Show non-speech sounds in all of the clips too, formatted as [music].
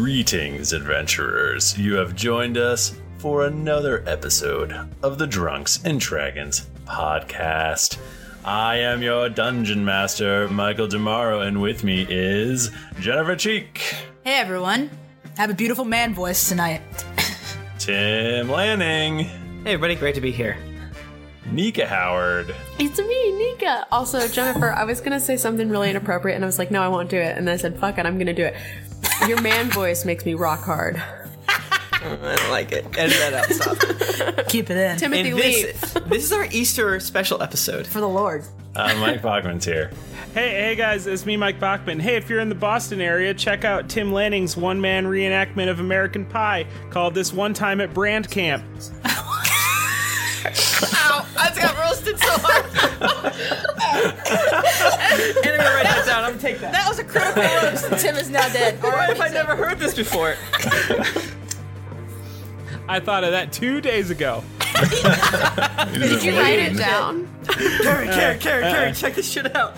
Greetings, adventurers. You have joined us for another episode of the Drunks and Dragons podcast. I am your dungeon master, Michael Demaro, and with me is Jennifer Cheek, Hey everyone. Have a beautiful man voice tonight. Tim Lanning, Hey, everybody, great to be here. Nika Howard, It's me, Nika. Also, Jennifer, I was gonna say something really inappropriate, and I was like, no, I won't do it. And then I said, fuck it, I'm gonna do it. Your man voice makes me rock hard. I don't like it. Edit that out. [laughs] Stop. Keep it in. Timothy And Lee this, [laughs] this is our Easter special episode. for the Lord. uh, [laughs] Mike [laughs] Bachman's here. Hey, hey guys, it's me, Mike Bachman. Hey, if you're in the Boston area, check out Tim Lanning's one man reenactment of American Pie called This One Time at Brand Camp. Ow! I just got roasted so [laughs] hard. and I'm gonna write that down. I'm gonna take that. That was a critical roast. Tim is now dead. What if I never heard this before? I thought of that two days ago. Did you write it down. Carrie, Uh, Carrie, Carrie, Carrie, check this shit out.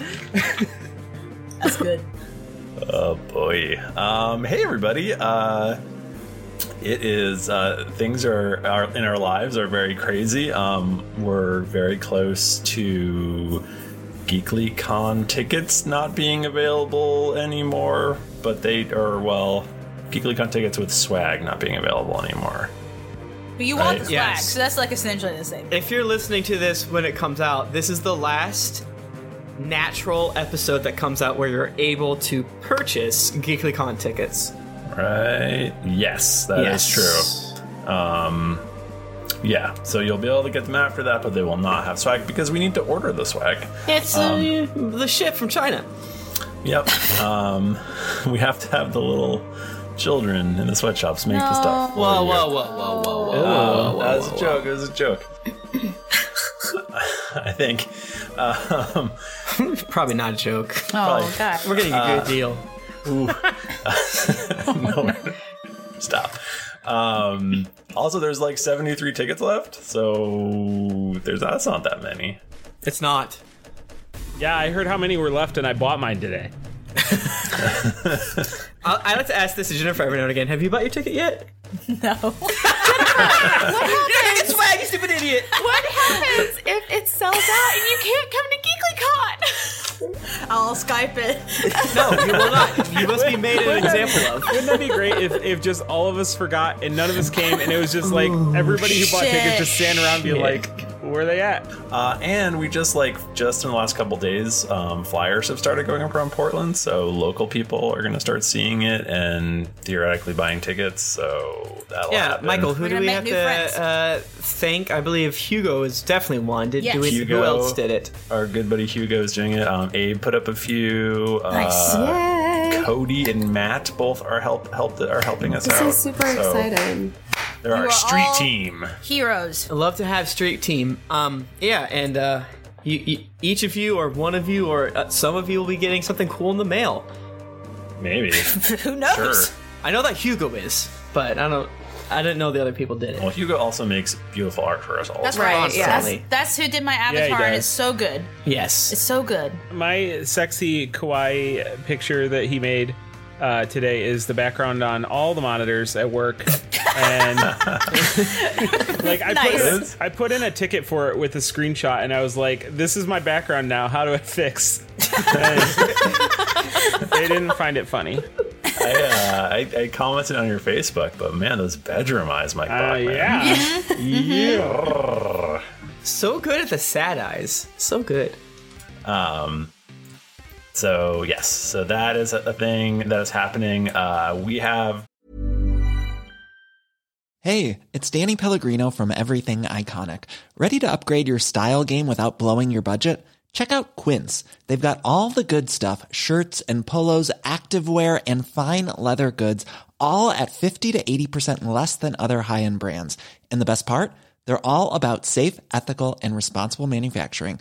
That's good. Oh boy. Um, hey everybody. Uh, it is uh, things are, are in our lives are very crazy. Um, we're very close to GeeklyCon tickets not being available anymore, but they are well. GeeklyCon tickets with swag not being available anymore. But you want Right. the swag, Uh, Yes. so that's like essentially the [laughs] same. If you're listening to this when it comes out, this is the last natural episode that comes out where you're able to purchase GeeklyCon tickets. Right? Yes, that is true. Um, yeah, so you'll be able to get them after that, but they will not have swag because we need to order the swag. Um, It's uh, the ship from China. Yep. um, [laughs] we have to have the little children in the sweatshops make the stuff. Whoa, whoa, whoa, whoa, whoa, whoa. Oh, that was a joke. It was a joke. [coughs] I think. Um, [laughs] Probably not a joke. Oh god. We're getting a good deal. Uh, [laughs] no, stop. Um, also, there's like 73 tickets left, so there's that's not that many. It's not. Yeah, I heard how many were left and I bought mine [laughs] today. I, I like to ask this to Jennifer every now and again. Have you bought your ticket yet? No. It's swag, you stupid idiot. [laughs] What happens if it sells out and you can't come to GeeklyCon? [laughs] I'll Skype it. [laughs] No, you will not. You must be made an example of. [laughs] Wouldn't that be great if, if just all of us forgot and none of us came and it was just like everybody who bought shit. tickets just stand around and be Shit. like, where are they at? Uh, and we just like just in the last couple days, um, flyers have started going up around Portland, so local people are going to start seeing it and theoretically buying tickets. So that'll Yeah, happen. Michael, who We're do gonna we make have new to friends. uh, thank? I believe Hugo is definitely one. Did Yes. do it? Hugo. Who else did it? our good buddy Hugo's doing it. Um, Abe put up a few. Uh, Nice. Cody and Matt both are help help are helping us This out. is super So exciting. They're You our are street all- team. Heroes. I'd love to have Street Team. Um, yeah, and uh, you, you, each of you, or one of you, or uh, some of you will be getting something cool in the mail. Maybe. [laughs] Who knows? sure. I know that Hugo is, but I don't. I didn't know the other people did it. Well, Hugo also makes beautiful art for us all. [laughs] That's the time. right. Constantly. yeah. That's, that's who did my he avatar and does. it's so good. It's Yes. so good. My sexy kawaii picture that he made uh, today is the background on all the monitors at [laughs] work, and like I Nice. put I put in a ticket for it with a screenshot, and I was like, "This is my background now. How do I fix?" [laughs] And they didn't find it funny. I, uh, I, I commented on your Facebook, but man, those bedroom eyes, Mike Uh, Bachman. yeah, yeah. So good at the sad eyes. So good. Um, So yes, so that is a thing that is happening. Uh, we have Hey, it's Danny Pellegrino from Everything Iconic. Ready to upgrade your style game without blowing your budget? Check out Quince. They've got all the good stuff shirts and polos, activewear, and fine leather goods, all at 50 to 80% less than other high end brands. And the best part? They're all about safe, ethical, and responsible manufacturing.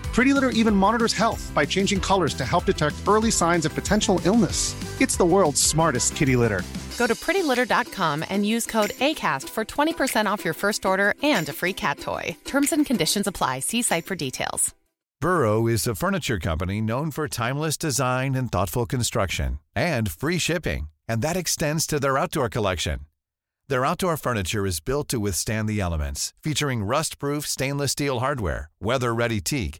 Pretty Litter even monitors health by changing colors to help detect early signs of potential illness. It's the world's smartest kitty litter. Go to prettylitter.com and use code ACAST for 20% off your first order and a free cat toy. Terms and conditions apply. See site for details. Burrow is a furniture company known for timeless design and thoughtful construction and free shipping, and that extends to their outdoor collection. Their outdoor furniture is built to withstand the elements, featuring rust-proof stainless steel hardware, weather-ready teak,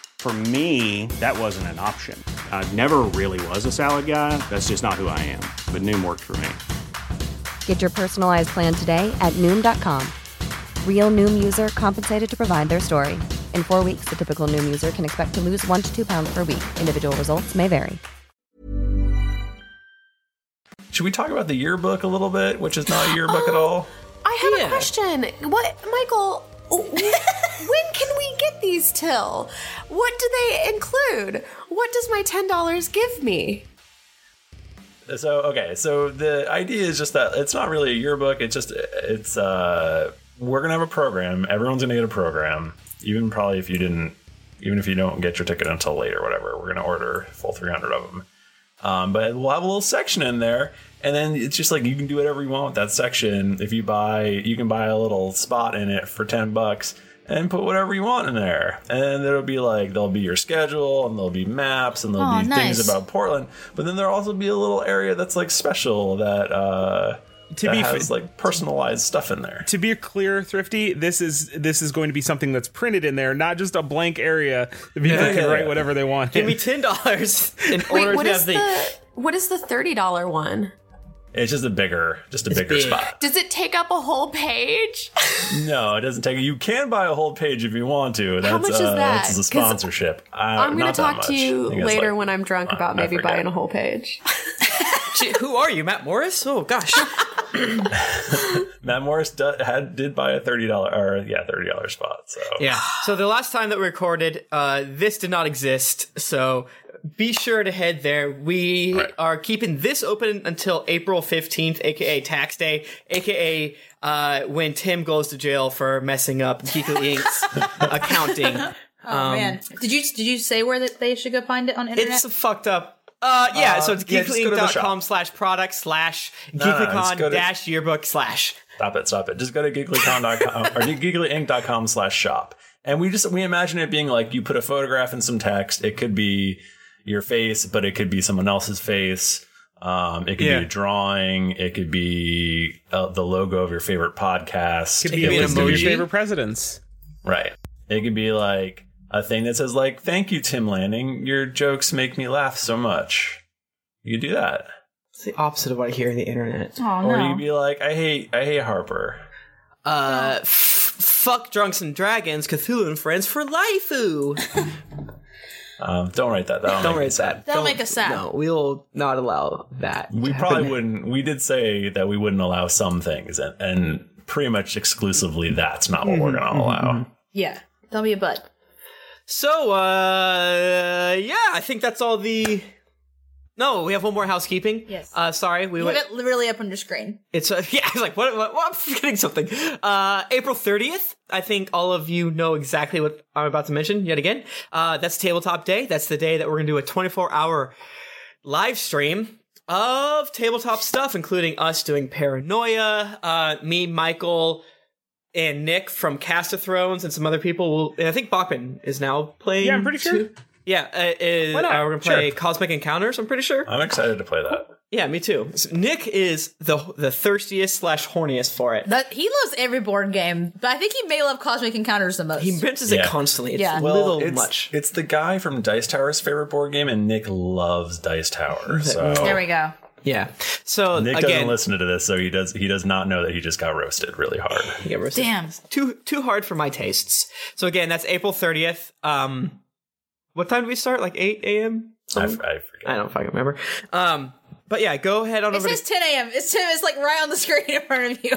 For me, that wasn't an option. I never really was a salad guy. That's just not who I am. But Noom worked for me. Get your personalized plan today at Noom.com. Real Noom user compensated to provide their story. In four weeks, the typical Noom user can expect to lose one to two pounds per week. Individual results may vary. Should we talk about the yearbook a little bit, which is not a yearbook at all? I have Yeah. a question. What, Michael? [laughs] w- when can we get these till? What do they include? What does my ten dollars give me? So okay, so the idea is just that it's not really a yearbook. It's just it's uh we're gonna have a program. Everyone's gonna get a program. Even probably if you didn't, even if you don't get your ticket until late or whatever, we're gonna order full three hundred of them. Um, but we'll have a little section in there, and then it's just like you can do whatever you want with that section. If you buy, you can buy a little spot in it for ten bucks and put whatever you want in there. And then there'll be like there'll be your schedule, and there'll be maps, and there'll Aw, be nice. things about Portland. But then there'll also be a little area that's like special that uh, To that be has fa- like personalized stuff in there. to be clear, Thrifty, this is this is going to be something that's printed in there, not just a blank area that people Yeah, can yeah, write yeah. whatever they want. Give me ten [laughs] dollars in Wait, order what to is have the. the what is the thirty dollar one? It's just a bigger, just a It's bigger big. spot. Does it take up a whole page? No, it doesn't take. You can buy a whole page if you want to. That's, much is uh, that? That's a 'Cause sponsorship. Uh, I'm gonna going talk to you later when I'm drunk about maybe buying a whole page. Shit, who are you, Matt Morris? Oh [laughs] gosh. [laughs] Matt Morris do, had, did buy a thirty dollar or yeah thirty dollar spot. So yeah. So the last time that we recorded, uh, this did not exist. So be sure to head there. We are keeping this open until April fifteenth, aka Tax Day, aka uh, when Tim goes to jail for messing up [laughs] Geekly Inc.'s accounting. Oh man, did you did you say where that they should go find it on internet? Um, It's fucked up. Uh, yeah, so it's yeah, just go to the geeklyinc.com shop. slash product slash no, no, just go geeklycon to- dash yearbook slash. stop it, stop it. Just go to geeklycon.com or geeklyinc.com slash shop, and we just we imagine it being like you put a photograph and some text. It could be your face, but it could be someone else's face. Um, it could Yeah. be a drawing. It could be uh, the logo of your favorite podcast. Could It be a an list of your emoji. favorite presidents. Right. It could be like a thing that says like, "Thank you, Tim Lanning. Your jokes make me laugh so much." You could do that, It's the opposite of what I hear on the internet. oh or you could no. be like, "I hate, I hate Harper." Uh, f- fuck drunks and dragons, Cthulhu and friends for [laughs] life. Ooh. Um, don't write that. That'll Don't make me raise that. That'll make us sad. No, we'll not allow that. We probably wouldn't. We did say that we wouldn't allow some things, and, and pretty much exclusively that's not what we're going to allow. Yeah, there'll be a butt. So, uh, yeah, I think that's all the. No, we have one more housekeeping. Yes. Uh, sorry, we Leave went. it literally up on your screen. It's uh, [laughs] yeah. I was like, what? what, what? I'm forgetting something. Uh, April 30th. I think all of you know exactly what I'm about to mention. Yet again, uh, that's tabletop day. That's the day that we're gonna do a 24 hour live stream of tabletop stuff, including us doing Paranoia, uh, me, Michael, and Nick from Cast of Thrones, and some other people. Will, and I think Bachman is now playing. Yeah, I'm pretty sure. too. Yeah, uh, Why uh, not? we're gonna play Cosmic Encounters. I'm pretty sure. I'm excited to play that. Yeah, me too. So Nick is the the thirstiest slash horniest for it. That he loves every board game, but I think he may love Cosmic Encounters the most. He mentions it Yeah. constantly. It's Yeah. a Well, little it's, much. [laughs] It's the guy from Dice Tower's favorite board game, and Nick loves Dice Tower. So there we go. Yeah. So Nick again- doesn't listen to this, so he does. He does not know that he just got roasted really hard. Yeah, roasted. Too too hard for my tastes. So again, that's April 30th. Um what time do we start? Like 8 a.m.? I, I forget. I don't fucking remember. Um but yeah, go ahead on It over says to 10 a.m. It's, it's like right on the [laughs] screen in front of you.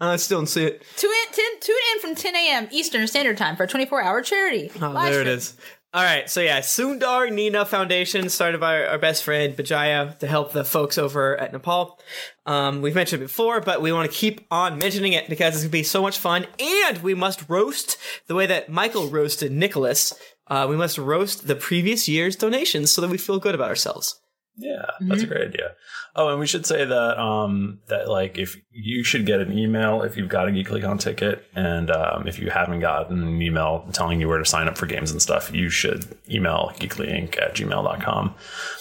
uh, I still don't see it. Tune in, 10, tune in from 10 a.m. Eastern Standard Time for a 24 hour charity. Oh, Live there it stream. is. All right, so yeah, Sundar Nina Foundation, started by our, our best friend Bajaya to help the folks over at Nepal. Um, we've mentioned it before, but we want to keep on mentioning it because it's going to be so much fun. And we must roast the way that Michael roasted Nicholas. Uh, we must roast the previous year's donations so that we feel good about ourselves. Yeah, that's a great idea. Oh, and we should say that um that like if you should get an email if you've got a GeeklyCon ticket, and um, if you haven't gotten an email telling you where to sign up for games and stuff, you should email geeklyinc at gmail.com.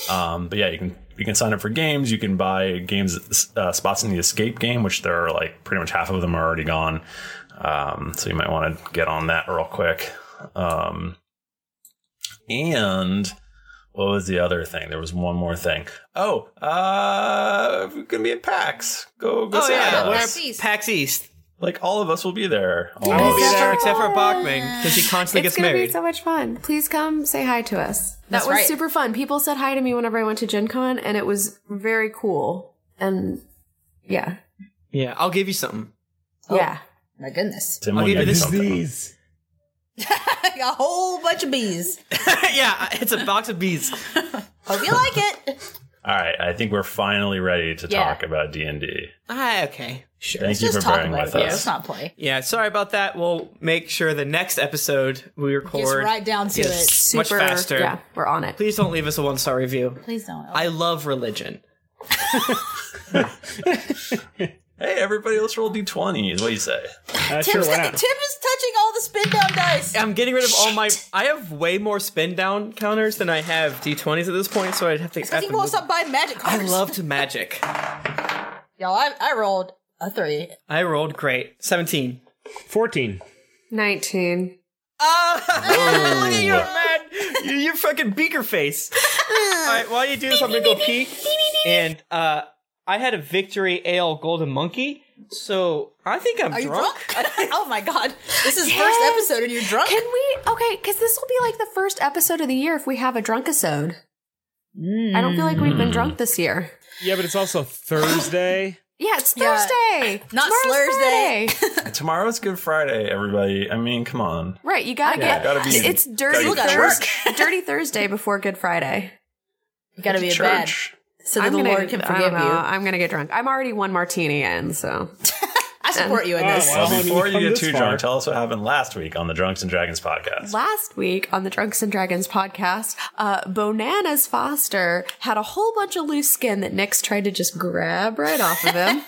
Um, but yeah, you can you can sign up for games. You can buy games uh, spots in the escape game, which there are like pretty much half of them are already gone. Um, so you might want to get on that real quick. Um, and what was the other thing? There was one more thing. Oh, uh, we're gonna be at PAX. Go, go. Oh, say yeah, hi to we're us. at East. PAX East. Like all of us will be there. All I of won't be us. there except for Bachman because she constantly It's gets gonna married. be so much fun. Please come say hi to us. That's that was right. super fun. People said hi to me whenever I went to Gen Con, and it was very cool. And yeah, yeah, I'll give you something. Oh, yeah. My goodness. Tim I'll will give you get this. something. [laughs] [laughs] a whole bunch of bees. yeah, Uh, it's a box of bees. Hope you like it. [laughs] All right, I think we're finally ready to Yeah. talk about D and D. Ah, okay. Sure. Thank you for bearing with Yeah, us. let's not play. Yeah, sorry about that. We'll make sure the next episode we record Gets right down to is it. much Super- faster. yeah, we're on it. Please don't leave us a one star review. Please don't. I love religion. Hey, everybody, let's roll D twenty. Is what [laughs] you say? Tim's, Tim is touching all the spin down dice. I'm getting rid of all my. I have way more spin down counters than I have d20s at this point, so I'd have to. Because Have he to won't move- stop buying magic I cards. love to magic. Y'all, I, I rolled a three. I rolled great. 17. 14. 19. Uh, [laughs] Look at you, man. Oh. You- Your fucking beaker face. All right, while you do this, I'm [laughs] gonna go pee. And uh, I had a victory ale golden monkey, so I think I'm Are you drunk. drunk? [laughs] oh my god. This is first episode and you're drunk? Can we? Okay, because this will be like the first episode of the year if we have a drunkisode. I don't feel like we've been drunk this year. Yeah, but it's also Thursday. Yeah, it's Yeah. Thursday. Not Tomorrow's Slur's Friday. Tomorrow's Good Friday, everybody. I mean, come on. right, you gotta Yeah, get. gotta be- it's dirty gotta be Thursday. dirty Thursday before Good Friday. You gotta be a bad. So that I'm the gonna- Lord can I don't forgive you. know. I'm gonna get drunk. I'm already one martini in, so [laughs] I support you in Oh, this. wow. Well, Well, before you've you come get this too far. drunk, tell us what happened last week on the Drunks and Dragons podcast. Last week on the Drunks and Dragons podcast, uh, Bonanas Foster had a whole bunch of loose skin that Nix tried to just grab right off of [laughs] him.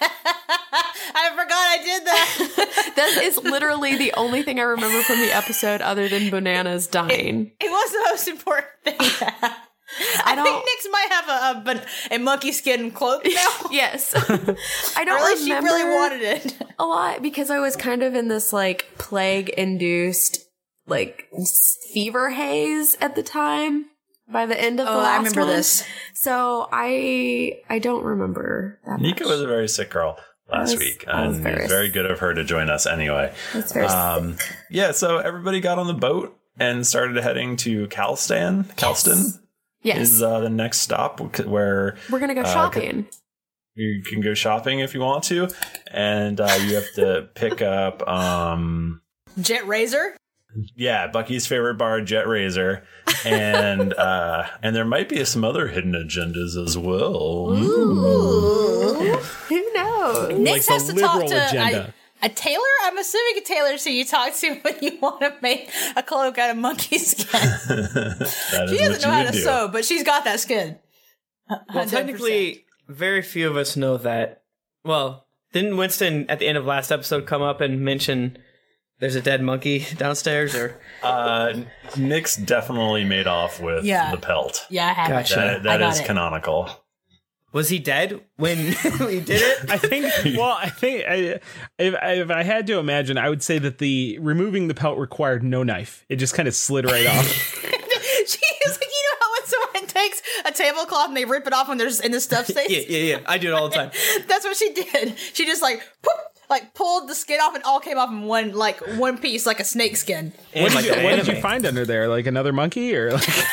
I forgot I did that. that is literally the only thing I remember from the episode other than Bonanas dying. It was the most important thing. I, I think don't. Nix might have a, a, ban- a monkey skin cloak now. [laughs] Yes. I or don't at least she remember really wanted it. a lot because I was kind of in this like plague induced like s- fever haze at the time by the end of the Oh, I last remember one. this. So I I don't remember that. Nika was a very sick girl last was- week, I was and very it's very good of her to join us anyway. That's very Um, yeah, so everybody got on the boat and started heading to Calstan. Calston Yes. is uh, the next stop wh- where We're gonna go uh, shopping. you can go shopping if you want to, and uh, you have to pick up. Um, Jet Razor? yeah, Bucky's favorite bar, Jet Razor, and [laughs] uh, and there might be some other hidden agendas as well. Who knows? Nix Like has the to talk liberal to agenda. A, a tailor? I'm assuming a tailor so you talk to [laughs] when you want to make a cloak out of monkey skin. [laughs] [laughs] That she is what doesn't know how would to do. sew, but she's got that skin. Well, 100%. technically, very few of us know that. Well, didn't Winston at the end of last episode come up and mention there's a dead monkey downstairs? Or Uh, Nick's definitely made off with Yeah. the pelt. Yeah, I have it. Gotcha. That, I that got is it. canonical. was he dead when [laughs] he did it? I think. Well, I think I, if, if I had to imagine, I would say that the removing [laughs] the pelt required no knife. It just kind of slid right off. she is like, you know how when someone takes a tablecloth and they rip it off when there's in the [laughs] stuff stains. yeah, yeah, yeah. I do it all [laughs] the time. That's what she did. She just like poop, like pulled the skin off and all came off in one like one piece like a snake skin. What did, like you, the what did you anime. find under there? Like another monkey or like [laughs] [laughs]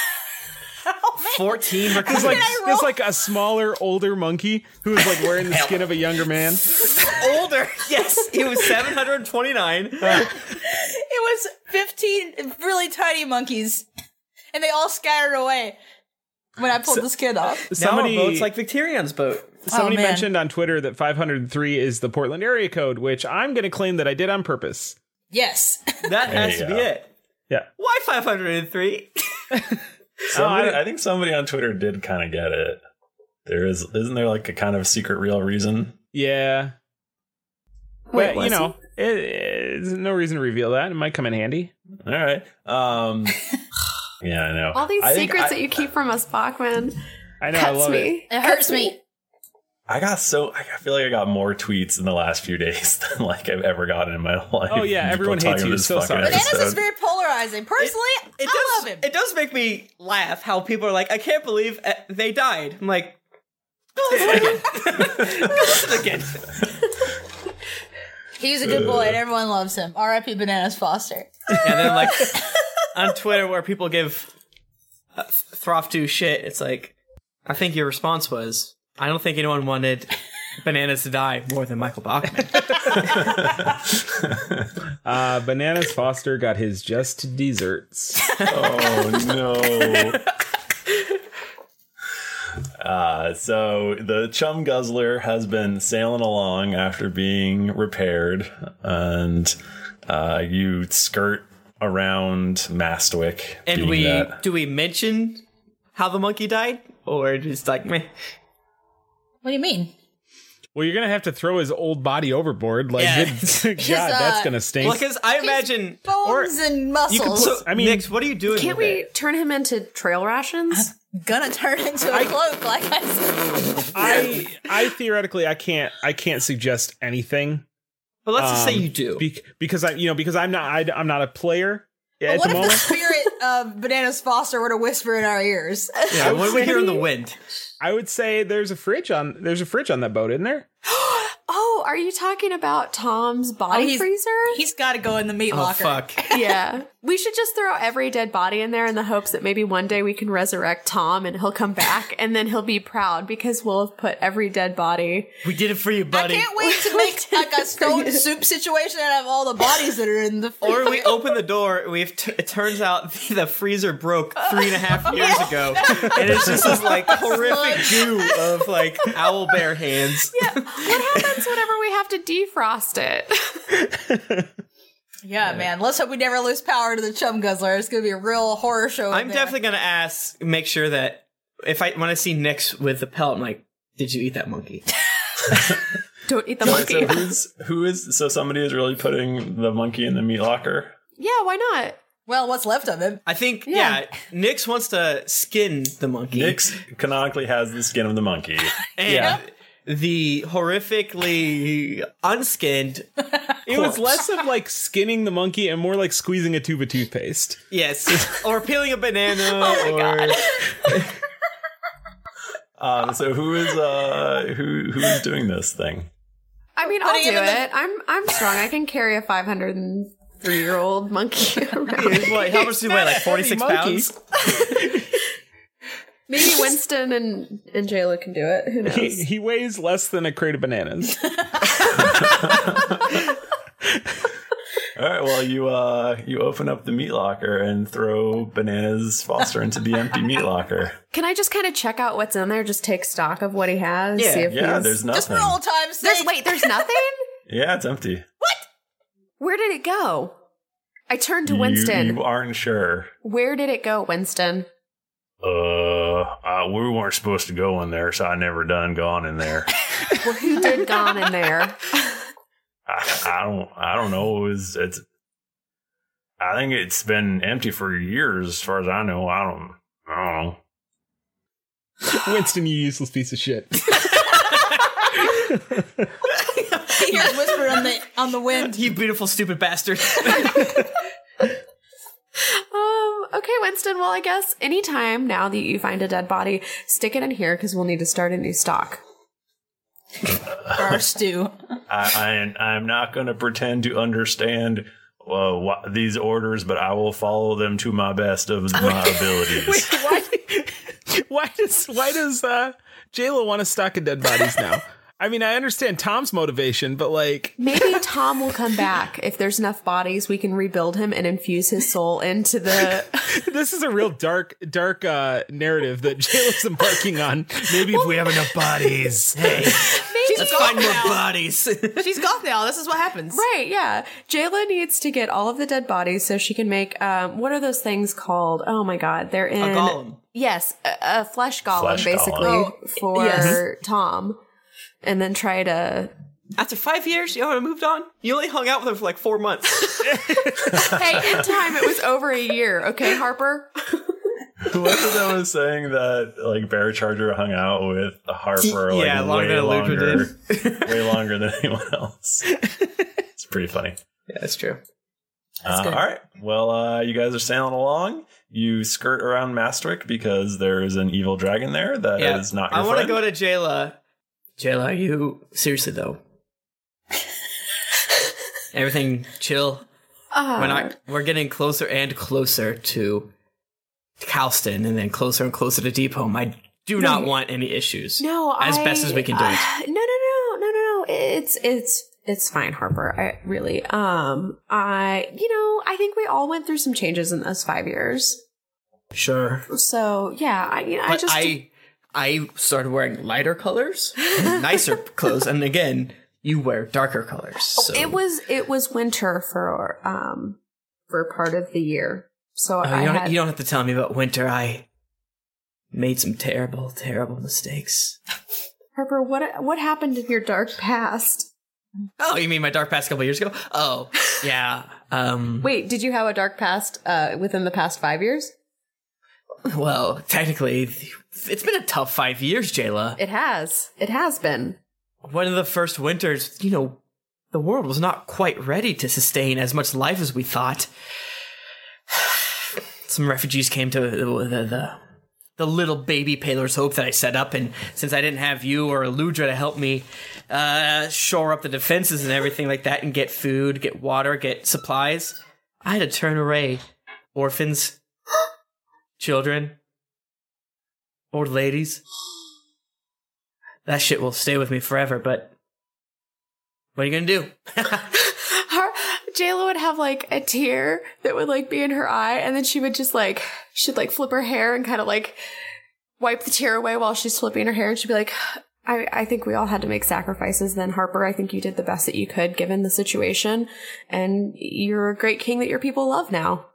fourteen? There's like there's like a smaller, older monkey who is like wearing the skin of a younger man. older. [laughs] Yes, he was 729. [laughs] It was 15 really tiny monkeys and they all scattered away when I pulled the skin [laughs] off. Somebody- now our boat's like Victorion's boat. Somebody Oh, mentioned on Twitter that 503 is the Portland area code, which I'm going to claim that I did on purpose. Yes. That There has you to be go. it. Yeah. Why 503? Somebody, I, think somebody on Twitter did kind of get it. There is, isn't there like a kind of secret real reason? Yeah. Wait, but, was you know, it, it's no reason to reveal that. It might come in handy. All right. [laughs] Um, yeah, I know. All these I think secrets I- that you keep from us, Bachman. I know, I Cuts love me. it. It hurts me. I got so I feel like I got more tweets in the last few days [laughs] than like I've ever gotten in my [laughs] life. Oh, yeah, People everyone hates talking you. about this So fucking sorry. Bananas is episode. very polarizing. Personally, It I does, love him. It does make me laugh how people are like, I can't believe uh, they died. I'm like, "Don't [laughs] listen again. He's a good boy and everyone loves him. R.I.P. Bananas Foster. and then like on Twitter where people give uh, Throff to shit, it's like, I think your response was, I don't think anyone wanted bananas to die more than Michael Bachman. Uh, Bananas Foster got his just desserts. oh no. Uh, so the chum guzzler has been sailing along after being repaired, and uh, you skirt around Mastwick. And doing we that. do we mention how the monkey died, or just like meh? What do you mean? Well, you're going to have to throw his old body overboard. Like, Yeah. [laughs] God, His, uh, that's going to stink. Well, because I imagine Bones and you can. muscles. So, I I mean, mean- Nix, what are you doing? Can't with we it? turn him into trail rations? gonna turn into a cloak like I said. I I theoretically I can't I can't suggest anything But let's just say um, you do. bec- because I you know because I'm not I, am not a player But at what the if the [laughs] moment. spirit of Bananas Foster were to whisper in our ears? yeah, what do we hear in the wind? I would say there's a fridge on there's a fridge on that boat, isn't there? Oh, are you talking about Tom's body Oh, he's- freezer? He's got to go in the meat Oh locker. fuck! yeah. We should just throw every dead body in there in the hopes that maybe one day we can resurrect Tom and he'll come back and then he'll be proud because we'll have put every dead body. We did it for you, buddy. I can't wait to make like [laughs] a stone soup situation out of all the bodies that are in the Or we open the door. We have t- it turns out [laughs] the freezer broke three and [laughs] a half years ago, and it's just this like horrific goo of like owl bear hands. Yeah. What happens whenever we have to defrost it? yeah, man. Let's hope we never lose power to the chum guzzler. It's gonna be a real horror show. I'm definitely gonna ask, make sure that if I when I see Nix with the pelt, I'm like, did you eat that [laughs] monkey? Don't eat the monkey. So who's who is so somebody is really putting the monkey in the meat locker? yeah, why not? well. What's left of him? I think yeah. Yeah. Nix wants to skin the monkey. Nix canonically has the skin of the monkey. [laughs] and the horrifically unskinned. It was less of like skinning the monkey and more like squeezing a tube of toothpaste. [laughs] yes, or peeling a banana. Oh or, [laughs] Um, so who is uh who who is doing this thing? I mean, I'll do Putting him in the- it. I'm I'm strong. I can carry a 503 year old monkey [laughs] around. Like, how much do you weigh? Like forty six Heavy monkey. pounds. Maybe Winston and and Jayla can do it. Who knows? He, he weighs less than a crate of [laughs] bananas. All right, well you uh you open up the meat locker and throw bananas Foster into the empty meat locker. Can I just kind of check out what's in there? Just take stock of what he has. Yeah. see if Yeah, he's- there's Just nothing. for old times' There's sake. wait, there's nothing. [laughs] Yeah, it's empty. Where did it go? I turned to You- Winston. you aren't sure. Where did it go, Winston? [laughs] Uh, uh, we weren't supposed to go in there, so I never done gone in there. Well, who did gone in [laughs] there? I, I don't I don't know. It was, it's I think it's been empty for years, as far as I know. I don't I don't know. Winston, you useless piece of shit. [laughs] He hears whisper on the on the wind. You beautiful stupid bastard. Um, okay, Winston. Well, I guess anytime now that you find a dead body, stick it in here because we'll need to start a new stock. Our stew. [laughs] I, I, I'm not going to pretend to understand uh, wha- these orders, but I will follow them to my best of my [laughs] abilities. [laughs] why does why does uh, Jayla want to stock of dead bodies now? I mean, I understand Tom's motivation, but like, [laughs] Maybe Tom will come back if there's enough bodies. We can rebuild him and infuse his soul into Uh, the. [laughs] this is a real dark dark uh, narrative that Jayla's embarking on. Maybe if we have enough [laughs] bodies, hey, Let's find more bodies. [laughs] She's goth now. This is what happens. Right, yeah. Jayla needs to get all of the dead bodies so she can make um, what are those things called? Oh my god, they're in golem. Yes, a, a flesh golem, Flesh golem. basically Oh, for yes. Tom, and then try to. After five years, you know, I moved on. You only hung out with her for like four months. [laughs] Hey, in time it was over a year. Okay, Harper. Whoever that was saying that, like Bear Charger hung out with Harper, like Yeah, way longer than longer, Luca [laughs] way longer than anyone else. It's pretty funny. yeah, that's true. Uh, all right. Well, uh, you guys are sailing along. You skirt around Mastwick because there is an evil dragon there that is not. Your I want to friend. go to Jayla. Jayla, you seriously though? Everything chill. Uh, We're not. We're getting closer and closer to Calston, and then closer and closer to Deep Home. I do not want any issues. No, as I- best as we can do it. Uh, no, no, no, no, no, no. It's it's it's fine, Harper. I really, um, I you know, I think we all went through some changes in those five years. Sure, So yeah, I you know, I but just I I started wearing lighter colors, [laughs] and nicer clothes, and again, you wear darker colors. So. Oh, it was it was winter for um for part of the year. So Oh, I you, don't, had you don't have to tell me about winter. I made some terrible, terrible mistakes. [laughs] Harper. What what happened in your dark past? Oh, you mean my dark past couple years ago? Oh, yeah. [laughs] Um, Wait, did you have a dark past uh within the past five years? well, technically, it's been a tough five years, Jayla. It has. It has been. One of the first winters, you know, the world was not quite ready to sustain as much life as we thought. [sighs] Some refugees came to the the, the, the little baby Paler's Hope that I set up, and since I didn't have you or Ludra to help me uh, shore up the defenses and everything like that, and get food, get water, get supplies, I had to turn away orphans, [gasps] children, old ladies. That shit will stay with me forever, but what are you gonna do? her Jayla would have like a tear that would like be in her eye, and then she would just like she'd like flip her hair and kind of like wipe the tear away while she's flipping her hair, and she'd be like, "I I think we all had to make sacrifices. Then Harper, I think you did the best that you could given the situation, and you're a great king that your people love now."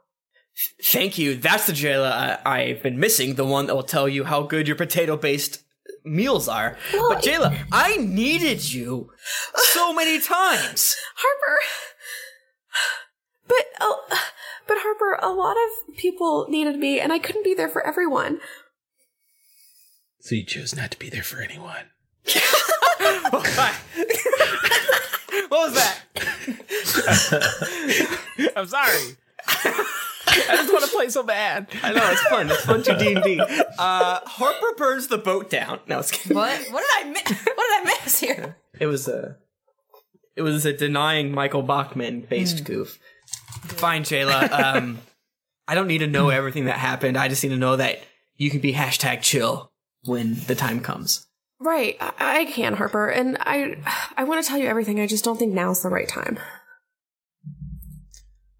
Thank you. That's the Jayla I- I've been missing, the one that will tell you how good your potato based meals are. but Jayla, I needed you so many times. Harper. But oh, but Harper, a lot of people needed me, and I couldn't be there for everyone. so you chose not to be there for anyone. [laughs] What was [laughs] that? I'm sorry. I just want to play so bad. [laughs] I know it's fun. It's fun to D and D. Uh, Harper burns the boat down. No, it's kidding. What? What did I miss? [laughs] What did I miss here? It was a, it was a denying Michael Bachman Hmm. based goof. Fine, [laughs] Jayla. Um, I don't need to know everything that happened. I just need to know that you can be hashtag chill when the time comes. Right, I, I can, Harper, and I I want to tell you everything. I just don't think now's the right time.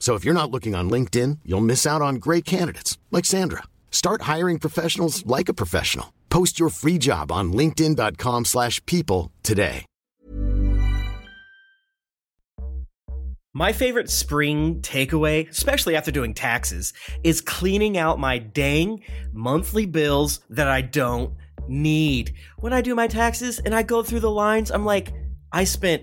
So if you're not looking on LinkedIn, you'll miss out on great candidates like Sandra. Start hiring professionals like a professional. Post your free job on linkedin.com/people slash people today. My favorite spring takeaway, especially after doing taxes, is cleaning out my dang monthly bills that I don't need. When I do my taxes and I go through the lines, I'm like, I spent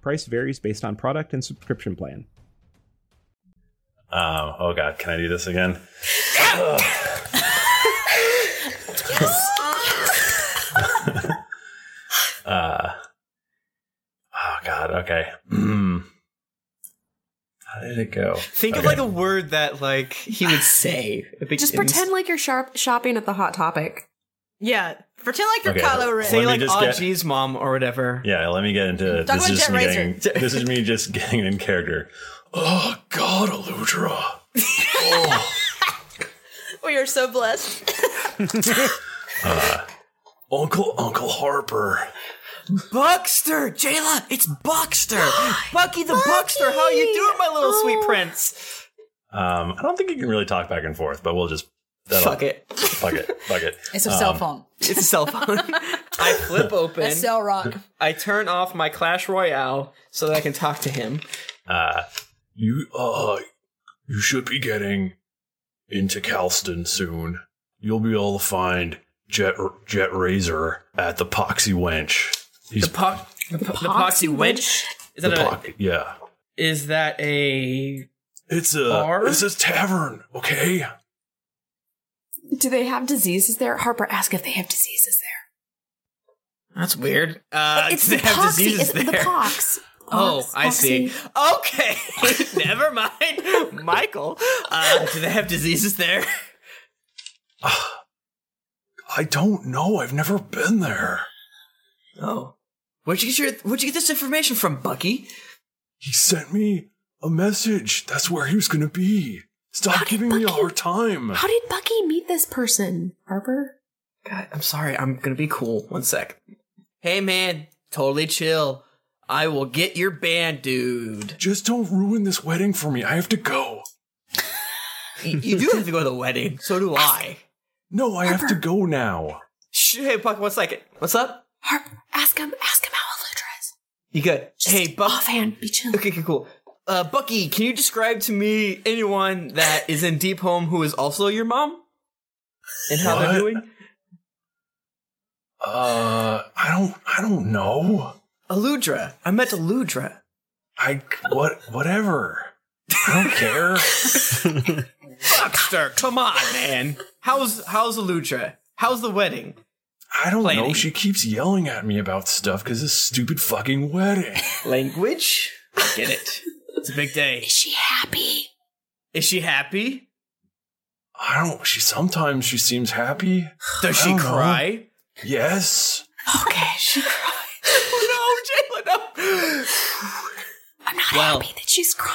Price varies based on product and subscription plan. Um, oh god, can I do this again? uh, oh god, okay. [clears throat] Hmm. How did it go? Think of like a word that like [sighs] he would say. At the Just end. pretend like you're sharp shopping at the Hot Topic. Yeah, pretend like you're Okay, Kylo Ren. Say, Let me like, just Oh, get- geez, mom, or whatever. Yeah, let me get into Talk this about is just Jet me Racer. getting, this is me just getting in character. Oh God, Eludra. we are so blessed. Uh, Uncle Uncle Harper. Buckster, Jayla, it's [gasps] Buckster, Bucky the Buckster. How you doing, my little sweet Oh. prince? Um, I don't think you can really talk back and forth, but we'll just that'll- Fuck it. fuck it, fuck it. It's a cell phone. It's a cell phone. I [laughs] flip open. That's Cell Rock. I turn off my Clash Royale so that I can talk to him. Uh, you uh, you should be getting into Calston soon. You'll be able to find Jet Jet Razor at the Poxy Wench. He's The, po- the, po- the poxy wench. Is that the a? Pox- yeah. Is that a? It's a. Bar? It's a tavern. Okay. Do they have diseases there? Harper, ask if they have diseases there. That's weird. Uh, It's they the have poxy, diseases isn't it? The there. pox. [laughs] Oh, Pox, I see. Okay, [laughs] never mind, [laughs] Michael. Uh, do they have diseases there? Ah, I don't know. I've never been there. Oh, where'd you get your? Where'd you get this information from, Bucky? He sent me a message. That's where he was gonna be. Stop giving me a hard time. How did Bucky meet this person, Harper? God, I'm sorry. I'm gonna be cool. One sec. Hey, man, totally chill. I will get your band, dude. Just don't ruin this wedding for me. I have to go. you you do have to go to the wedding. So do I. No, I have to go now. Shh, hey, Buck, one second. What's up? Ask him. Ask him how Aludra is. You good? hey, Buck. Offhand, be chill. Okay, okay, cool. Uh, Bucky, can you describe to me anyone that is in Deep Home who is also your mom? And how What? they're doing? Uh, I don't, I don't know. Aludra, I met Aludra. I what, whatever. I don't care. Buckster, come on, man. How's how's Aludra? How's the wedding? I don't know. She keeps yelling at me about stuff because this stupid fucking wedding. Language. Get it? It's a big day. Is she happy? Is she happy? I don't. She sometimes she seems happy. Does I she don't know. cry? Yes. Okay, she cried. no, Jayla, no. I'm not Well. happy that she's crying.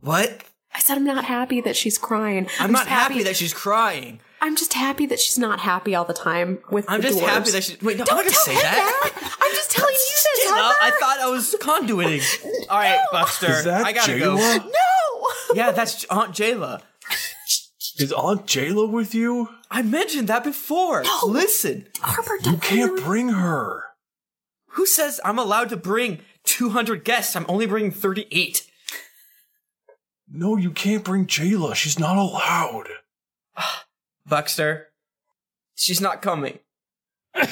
What? I said I'm not happy that she's crying. I'm, just not happy. that she's crying. I'm just happy that she's not happy all the time with I'm the just dwarves. happy that she. Wait, no, Don't I'm not gonna tell say him that. I'm just telling you this, [laughs] No, Harper. I thought I was conduiting. All right, Buster, Is that I gotta Jayla? go. No. Yeah, that's Aunt Jayla. Is Aunt Jayla with you? I mentioned that before. Listen, Harper, you can't bring her. Who says I'm allowed to bring 200 guests? I'm only bringing 38. No, you can't bring Jayla. She's not allowed. [sighs] Buckster, she's [laughs] not coming. Okay.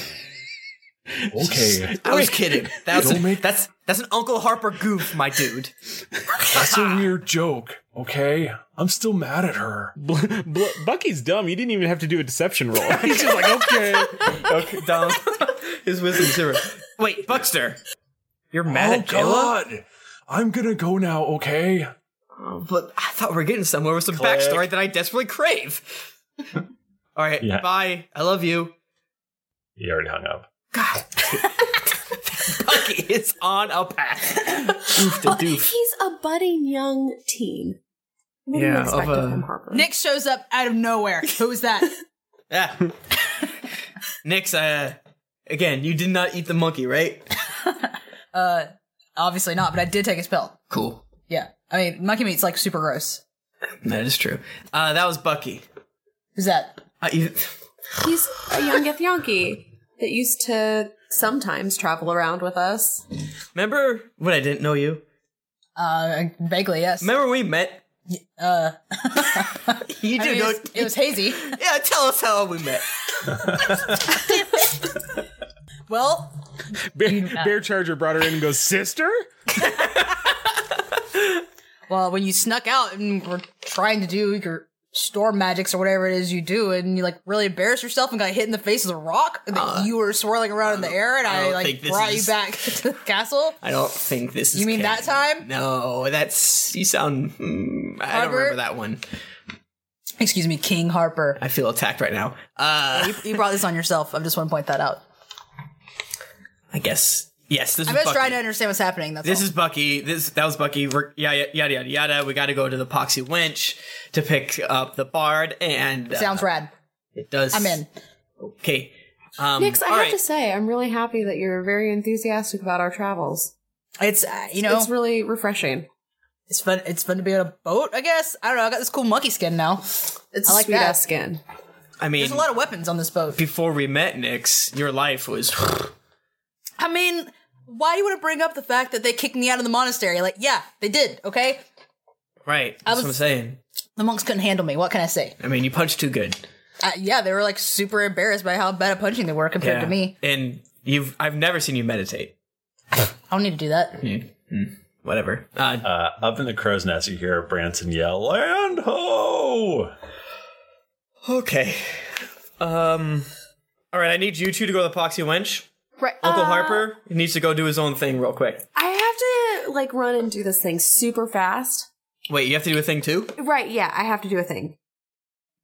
[laughs] I [laughs] was kidding. That's a, Don't make- that's that's an Uncle Harper goof, [laughs] my dude. That's a weird joke. Okay, I'm still mad at her. Bl- bl- Bucky's dumb. He didn't even have to do a deception [laughs] roll. He's just like, okay, [laughs] okay, dumb. His wisdom zero. Wait, Buckster, you're mad oh at Jayla? God, I'm gonna go now. Okay. Oh, but I thought we were getting somewhere with some Click. backstory that I desperately crave. [laughs] All right, Yeah. bye. I love you. He already hung up. Bucky is on a path. Oof [laughs] to doof. He's a budding young teen. What do you Yeah, expect of, of uh, him, Harper? Nick shows up out of nowhere. Who's [laughs] that? Yeah. Nix, uh, again, you did not eat the monkey, right? Uh, obviously not, but I did take his pill. Cool. Yeah. I mean, monkey meat's like super gross. That is true. Uh, that was Bucky. Who's that? Uh, you, He's a young Githyanki that used to sometimes travel around with us. remember when I didn't know you? Uh, vaguely, yes. Remember when we met? Uh, [laughs] You I do mean, know. it's- it was hazy. [laughs] Yeah, tell us how we met. Well, Bear, Bear Charger brought her in and goes, sister. well, when you snuck out and were trying to do your storm magics or whatever it is you do, and you like really embarrassed yourself and got hit in the face with a rock that you were swirling around in the air, and Uh, I I, don't like think this brought is- you back [laughs] to the castle. I don't think this is. You mean that time? No, that's you sound. hmm, I don't Harvard? remember that one. Excuse me, King Harper. I feel attacked right now. Uh, you, you brought this on yourself. I just want to point that out. I guess yes. This I'm is just Bucky. trying to understand what's happening. That's this all. is Bucky. This that was Bucky. We're, yada yada yada yada. We got to go to the Poxy Wench to pick up the Bard, and uh, sounds rad. It does. I'm in. Okay. Um, Nix, I all have right. to say, I'm really happy that you're very enthusiastic about our travels. It's uh, you know- it's really refreshing. It's fun. It's fun to be on a boat. I guess I don't know. I got this cool monkey skin now. It's I like sweet that ass skin. I mean, There's a lot of weapons on this boat. before we met Nix, your life was. [sighs] I mean, why do you want to bring up the fact that they kicked me out of the monastery? Like, yeah, they did. Okay, right. That's I what I'm was- saying. the monks couldn't handle me. What can I say? I mean, you punched too good. Uh, yeah, they were like super embarrassed by how bad at punching they were compared Yeah. to me. And you've I've never seen you meditate. I don't need to do that. Whatever. Uh, up in the crow's nest, you hear Branson yell, "Land ho!" Okay. Um. All right. I need you two to go to the poxy wench. Right. Uh, uh, Uncle Harper needs to go do his own thing real quick. I have to like run and do this thing super fast. Wait, you have to do a thing too. Right? Yeah, I have to do a thing.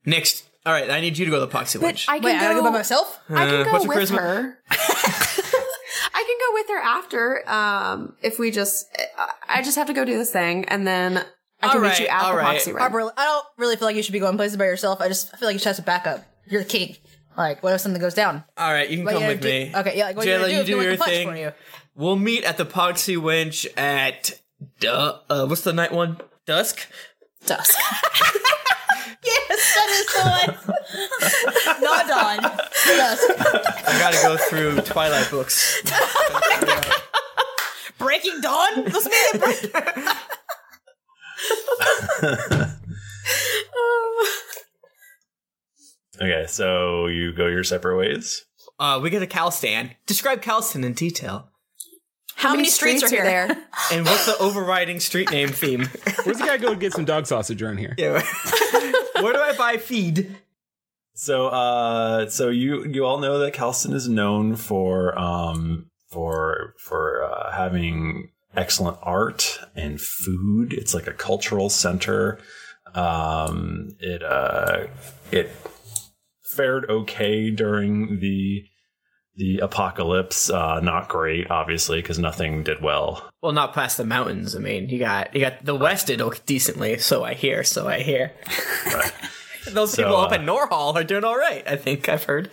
Next. All right. I need you to go to the poxy But wench. I can Wait, I gotta go go- by myself? I can Uh, go what's your with charisma? her. I can go with her after. Um, if we just, I- I just have to go do this thing, and then I can meet you at the Foxy Room. Harper, I don't really feel like you should be going places by yourself. I just I feel like you should have some backup. You're the king. Like, what if something goes down? All right. You can What come you with gonna do- me. Okay, yeah, like, what you Jayla, gonna do if no one your can punch thing. for you? We'll meet at the poxy wench at duh, uh, what's the night one? Dusk. Dusk. yes, that is the one. Not dawn. Dusk. I gotta go through [laughs] Twilight books. Breaking dawn. Let's meet at break- [laughs] Okay, so you go your separate ways. Uh, we get a Calstan. Describe Calstan in detail. How, many, streets, are here? [laughs] And what's the overriding street name theme? [laughs] Where's the guy go get some dog sausage around here? [laughs] Yeah. Where do I buy feed? So, uh, so you you all know that Calston is known for um for for uh, having excellent art and food. It's like a cultural center. Um, it uh it fared okay during the the apocalypse. Uh, not great, obviously, because nothing did well. Well, not past the mountains. I mean, you got you got the West did okay- decently, so I hear, so I hear. [laughs] Those So, people up uh, in Norhall are doing all right. I think I've heard.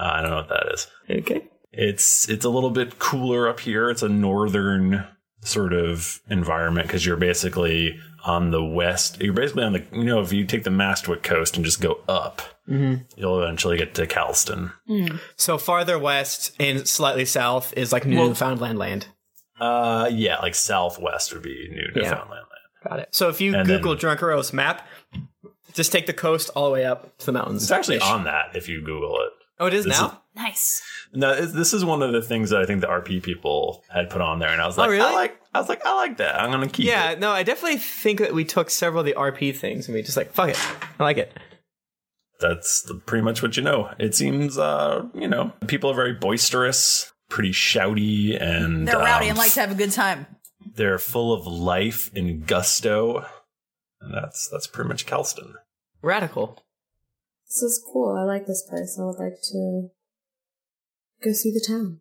Uh, I don't know what that is. Okay. It's it's a little bit cooler up here. It's a northern sort of environment because you're basically on the west. You're basically on the you know if you take the Mastwick coast and just go up, you'll eventually get to Calston. Hmm. So farther west and slightly south is like Well- Newfoundland land. Uh, yeah, like southwest would be New Yeah. Newfoundland. Got it. So if you And then- Google Drunkeros map, just take the coast all the way up to the mountains. It's actually on that if you Google it. Oh, it is This now. Nice. No, it- this is one of the things that I think the RP people had put on there, and I Oh, was like, I like, I was like, I like that. I'm gonna keep. yeah, no, I definitely think that we took several of the RP things and we just like fuck it, I like it. that's the, pretty much what you know. It seems, uh, you know, people are very boisterous, pretty shouty, and They're rowdy um, and like to have a good time. they're full of life and gusto. And that's that's pretty much Calston. Radical. This is cool. I like this place. I would like to go see the town.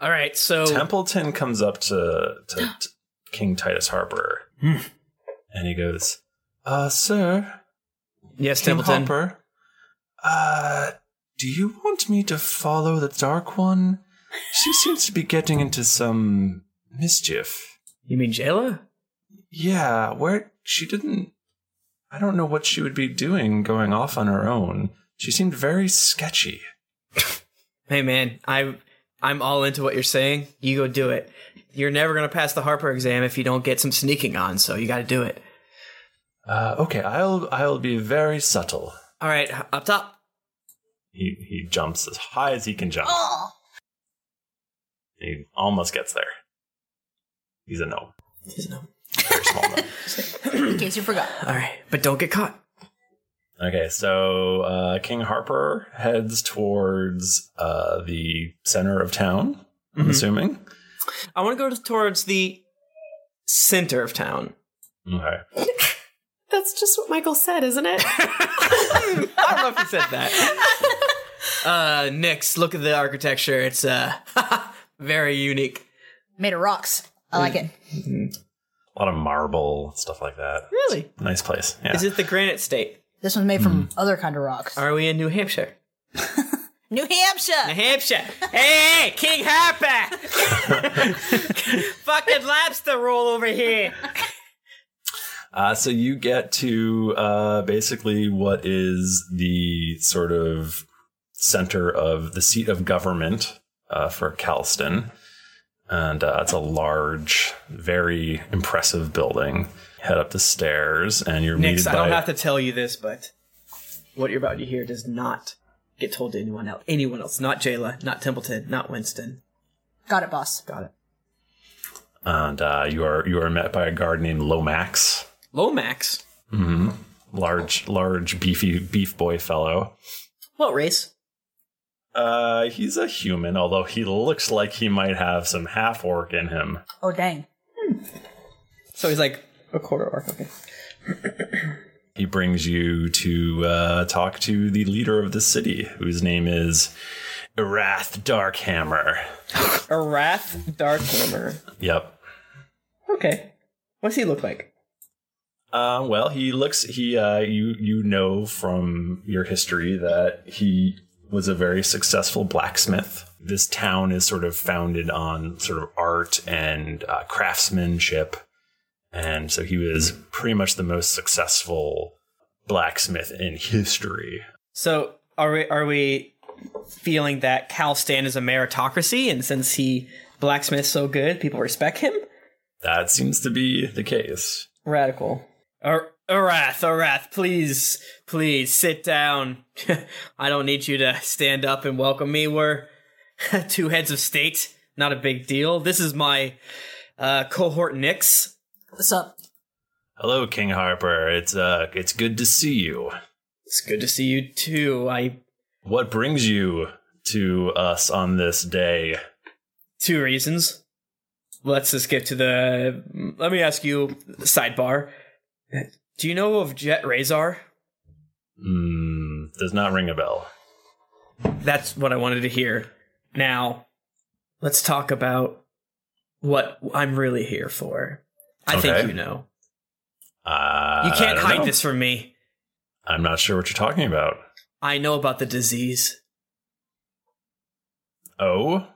All right, so Templeton comes up to [gasps] to, to King Titus Harper, and he goes, "Uh, sir, yes, King Templeton. Harper, uh, do you want me to follow the Dark One? She seems to be getting into some mischief." You mean Jayla? Yeah, where she didn't. I don't know what she would be doing going off on her own. She seemed very sketchy. Hey man, I I'm all into what you're saying. You go do it. You're never gonna pass the Harper exam if you don't get some sneaking on, so you got to do it. Uh, okay, I'll I'll be very subtle. All right, h- up top. He he jumps as high as he can jump. He almost gets there. He's a gnome. He's a gnome. In case you forgot. All right, but don't get caught. Okay, so uh, King Harper heads towards uh, the center of town. I'm Mhm. assuming. I want to go towards the center of town. Okay. That's just what Michael said, isn't it? [laughs] I don't know if you said that. [laughs] Uh, Nyx, look at the architecture. It's uh, [laughs] very unique. Made of rocks. I like it. Mm. A lot of marble stuff like that. Really? Nice place. Yeah. Is it the Granite State? Mm. This one's made from other kind of rocks. Are we in New Hampshire? New Hampshire. New Hampshire. Hey, King Harper. [laughs] Fucking lobster roll over here. Uh, so you get to uh, basically what is the sort of center of the seat of government uh, for Calston. And uh, it's a large, very impressive building. Head up the stairs, and you're Nix, greeted I don't by- have to tell you this, but what you're about to hear does not get told to anyone else. Anyone else. Not Jayla, not Templeton, not Winston. Got it, boss. Got it. and uh, you are you are met by a guard named Lomax. Lomax? hmm Large, large, beefy beef boy fellow. What race? Uh, he's a human, although he looks like he might have some half orc in him. Oh dang. So he's like a quarter orc. Okay. He brings you to uh, talk to the leader of the city, whose name is Erath Darkhammer. Arath Darkhammer. Yep. Okay. What's he look like? Uh, well, he looks. He uh, you you know from your history that he was a very successful blacksmith. This town is sort of founded on sort of art and uh, craftsmanship, and so he was pretty much the most successful blacksmith in history. So are we are we feeling that Cal Stan is a meritocracy, and since he blacksmiths so good, people respect him? That seems to be the case. Radical. Ar- Arath, Arath, please, please sit down. [laughs] I don't need you to stand up and welcome me. We're [laughs] two heads of state. Not a big deal. This is my uh, cohort Nix. What's up? Hello, King Harper. It's uh, it's good to see you. It's good to see you too. I. What brings you to us on this day? Two reasons. Let's just get to the. Let me ask you sidebar. Do you know of Jet Razor? Mm, does not ring a bell. That's what I wanted to hear. Now, let's talk about what I'm really here for. I Okay. think you know. Uh, You can't I don't hide know. this from me. I'm not sure what you're talking about. I know about the disease. Oh?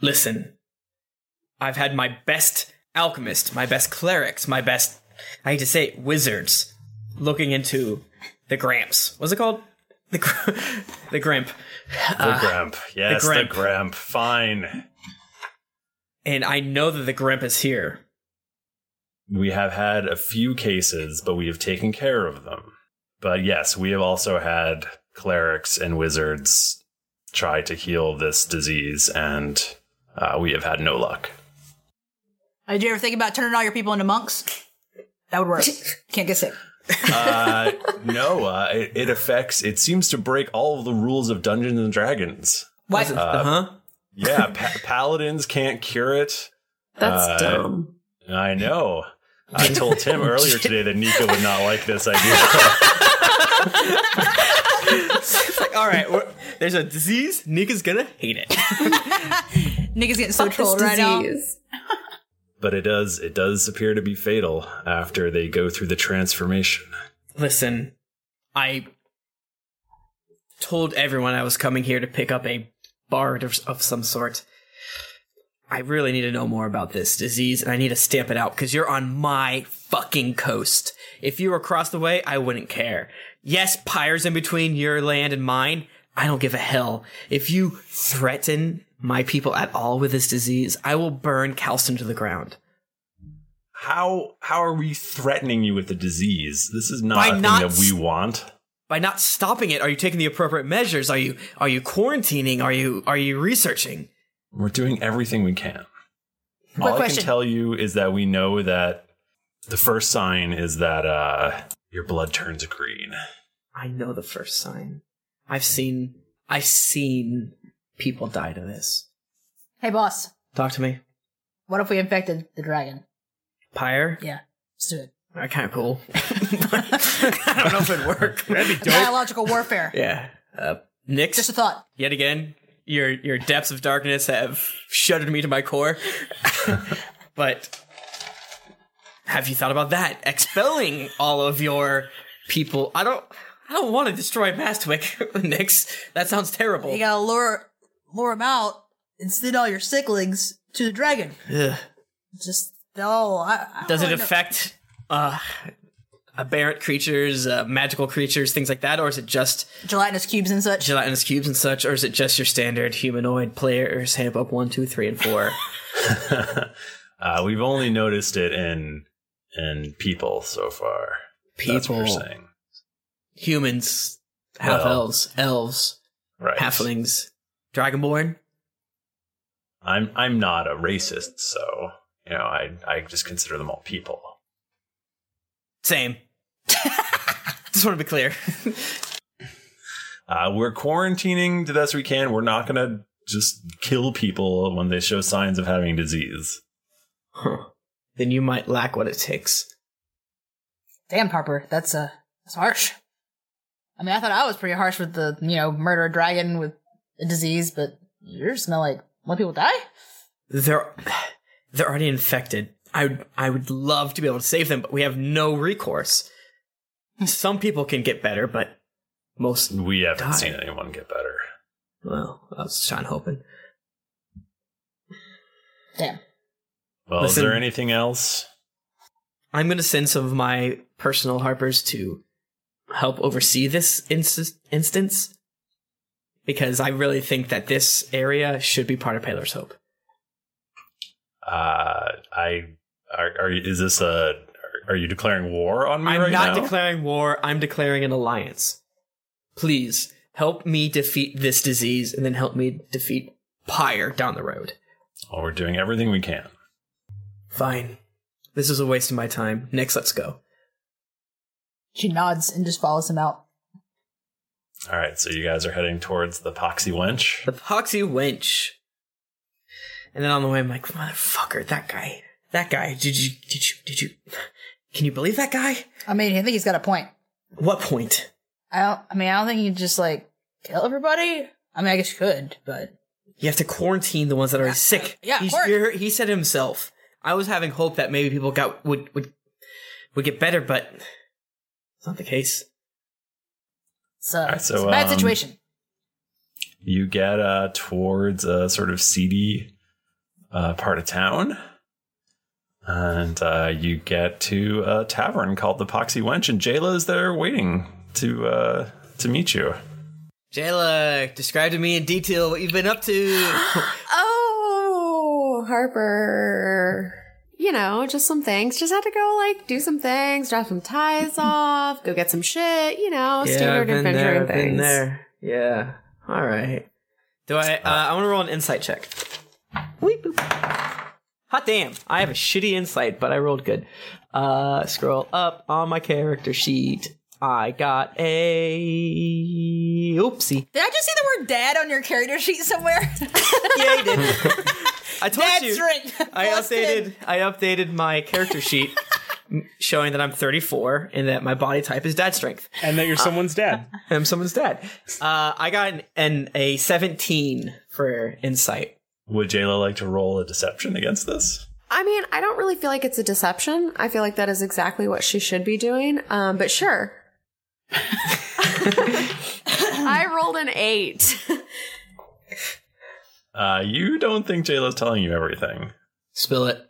Listen, I've had my best alchemist, my best clerics, my best, I hate to say it, wizards looking into the Gramps. What's it called? The, gr- [laughs] the Grimp. Uh, The Gramp. Yes, the Gramp. Fine. And I know that the Grimp is here. [laughs] We have had a few cases, but we have taken care of them. But yes, we have also had clerics and wizards try to heal this disease, and uh, we have had no luck. Uh, Did you ever think about turning all your people into monks? That [laughs] would work. Can't get sick. [laughs] Uh, no, uh, it, it affects. It seems to break all of the rules of Dungeons and Dragons. Uh, What? Uh-huh. Yeah, pa- paladins can't cure it. Uh, That's dumb. I know. I told Tim earlier today that Nika would not like this idea. [laughs] It's like, all right, we're- there's a disease. Nika's gonna hate it. Niggas getting so Fuck this trolled right now. disease. but it does. It does appear to be fatal after they go through the transformation. Listen, I told everyone I was coming here to pick up a bard of, of some sort. I really need to know more about this disease, and I need to stamp it out because you're on my fucking coast. If you were across the way, I wouldn't care. Yes, pyres in between your land and mine. I don't give a hell. If you threaten my people at all with this disease, I will burn Calston to the ground. How how are we threatening you with the disease? This is not By a thing not that we want. by not stopping it are you taking the appropriate measures are you are you quarantining are you are you researching We're doing everything we can. Quick All I question. can tell you is that we know that the first sign is that uh, your blood turns green. i know the first sign i've seen i've seen people die to this Hey, boss. talk to me What if we infected the dragon? pyre Yeah, let's [laughs] do it. yeah. kind of cool i don't know if it'd work that'd be Biological warfare. [laughs] yeah uh nix Just a thought. yet again your your depths of darkness have shuddered me to my core [laughs] but have you thought about that expelling all of your people i don't I don't want to destroy Mastwick, [laughs] Nix. That sounds terrible. You gotta lure lure him out and send all your sicklings to the dragon. Ugh. Just oh, I, I don't Does it really know. affect uh, aberrant creatures, uh, magical creatures, things like that, or is it just gelatinous cubes and such? gelatinous cubes and such, or is it just your standard humanoid players hand up one, two, three, [laughs] and four? Uh, we've only noticed it in in people so far. That's what you're People. saying. Humans, half Well. elves, elves, Right. halflings, dragonborn. I'm I'm not a racist, so you know I I just consider them all people. [laughs] Same. just want to be clear. Uh, we're quarantining the best we can. We're not gonna just kill people when they show signs of having disease. Then you might lack what it takes. Damn, Harper, that's uh, that's harsh. I mean, I thought I was pretty harsh with the you know murder a dragon with a disease, but you're smell like let people die. They're they're already infected. I would- I would love to be able to save them, but we have no recourse. Hmm. Some people can get better, but most we haven't die. seen anyone get better. Well, I was trying hoping. Damn. Well, Listen- is there anything else? I'm going to send some of my personal harpers to help oversee this inst- instance because I really think that this area should be part of Paler's Hope. Uh, I are, are you- is this a are you declaring war on me I'm right not now? declaring war. I'm declaring an alliance. Please help me defeat this disease, and then help me defeat Pyre down the road. well, we're doing everything we can. Fine. This is a waste of my time. Next, let's go. She nods and just follows him out. All right, so you guys are heading towards the Poxy Wench. The Poxy Wench. And then on the way, I'm like, motherfucker, that guy, that guy. Did you? Did you? Did you? Can you believe that guy? I mean, I think he's got a point. What point? I don't. I mean, I don't think you just like kill everybody. I mean, I guess you could, but You have to quarantine the ones that are sick. yeah, of He's- course. you're- he said himself. I was having hope that maybe people got would would would get better, but it's not the case. it's a, right, so, it's a bad um, situation. You get uh, towards a sort of seedy uh, part of town, and uh, you get to a tavern called the Poxy Wench, and Jayla's there waiting to uh, to meet you. Jayla, describe to me in detail what you've been [gasps] up to. [laughs] [laughs] Oh, Harper. You know, just some things. Just had to go like do some things, drop some [laughs] ties off, go get some shit. You know, standard adventuring things. Yeah. All right. Do I? Uh, I want to roll an insight check. Weep, boop. Hot damn! I have a shitty insight, but I rolled good. Uh, scroll up on my character sheet. I got a oopsie. Did I just see the word "dad" on your character sheet [laughs] somewhere? I told you. right. I updated. I updated my character sheet, m- showing that I'm 34 and that my body type is dad strength, Uh, and that you're someone's dad. [laughs] I'm someone's dad. Uh, I got an, an a 17 for insight. Would Jayla like to roll a deception against this? I mean, I don't really feel like it's a deception. I feel like that is exactly what she should be doing. Um, but [laughs] sure. [laughs] I rolled an [laughs] eight. Uh, you don't think Jayla's telling you everything. Spill it.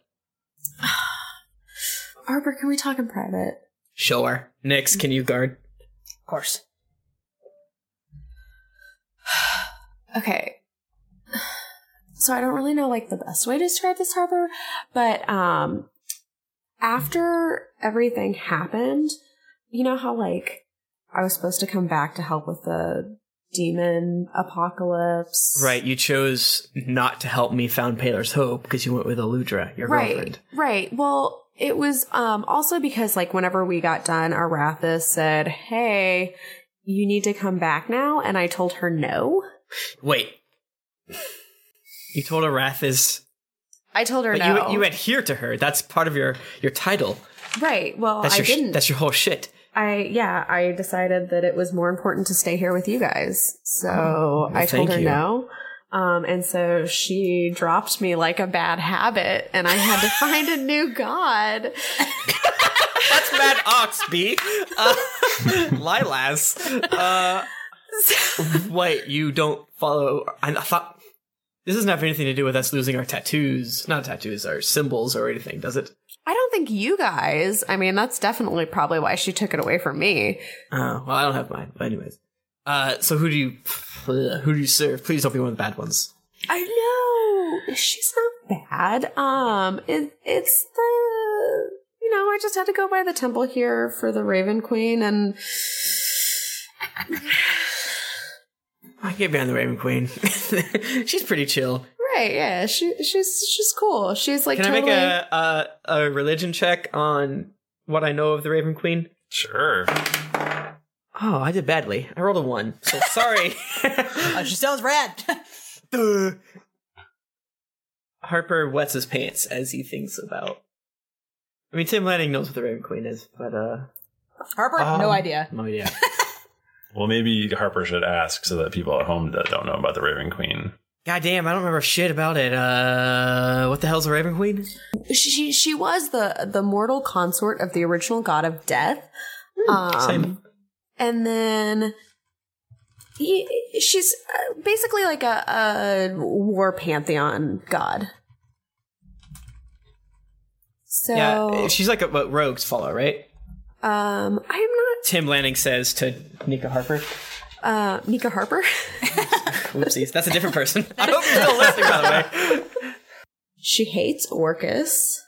Harper, can we talk in private? Sure. Nix, can you guard? Of course. Okay. So I don't really know like the best way to describe this harbor, but um after everything happened, you know how like I was supposed to come back to help with the demon apocalypse. Right, you chose not to help me found Paler's Hope because you went with Eludra, your right, girlfriend. Right. Well, it was um also because like whenever we got done, Arathis said, Hey, you need to come back now, and I told her no. Wait. You told Arathis. I told her But no. you, you adhere to her. That's part of your, your title. right. Well, that's I your sh- didn't. that's your whole shit. I yeah, I decided that it was more important to stay here with you guys. So Oh, well, I told her thank you. no. Um, and so she dropped [laughs] me like a bad habit, and I had to find a new god. that's Mad Ox, B. Uh, [laughs] Lilas. [laughs] Uh, wait, you don't follow. I thought. This doesn't have anything to do with us losing our tattoos. Not tattoos, our symbols or anything, does it? I don't think you guys. I mean, that's definitely probably why she took it away from me. Oh, well, I don't have mine. But anyways. Uh, so who do you. Who do you serve? Please don't be one of the bad ones. I know she's not bad. Um, it, it's the you know I just had to go by the temple here for the Raven Queen, and I get behind the Raven Queen. [laughs] She's pretty chill. right, yeah, she she's she's cool. She's like Can totally, I make a, a a religion check on what I know of the Raven Queen? Sure. Oh, I did badly. I rolled a one. [laughs] So sorry. Uh, she sounds rad. Harper wets his pants as he thinks about. I mean, Tim Lanning knows what the Raven Queen is, but uh, Harper, no Um, [laughs] idea. [laughs] Oh, no idea. Well, maybe Harper should ask so that people at home that don't know about the Raven Queen. God damn, I don't remember shit about it. Uh, what the hell's a Raven Queen? she she was the the mortal consort of the original god of death. Um, Hmm, same. And then he, she's uh, basically like a, a war pantheon god. So Yeah, she's like what rogues follow, right? Um, I am not Tim Lanning says to Nika Harper. uh, Nika [laughs] Harper. Oopsies, that's a [laughs] different person. I hope you're still listening, Oh, by the way. She hates Orcus.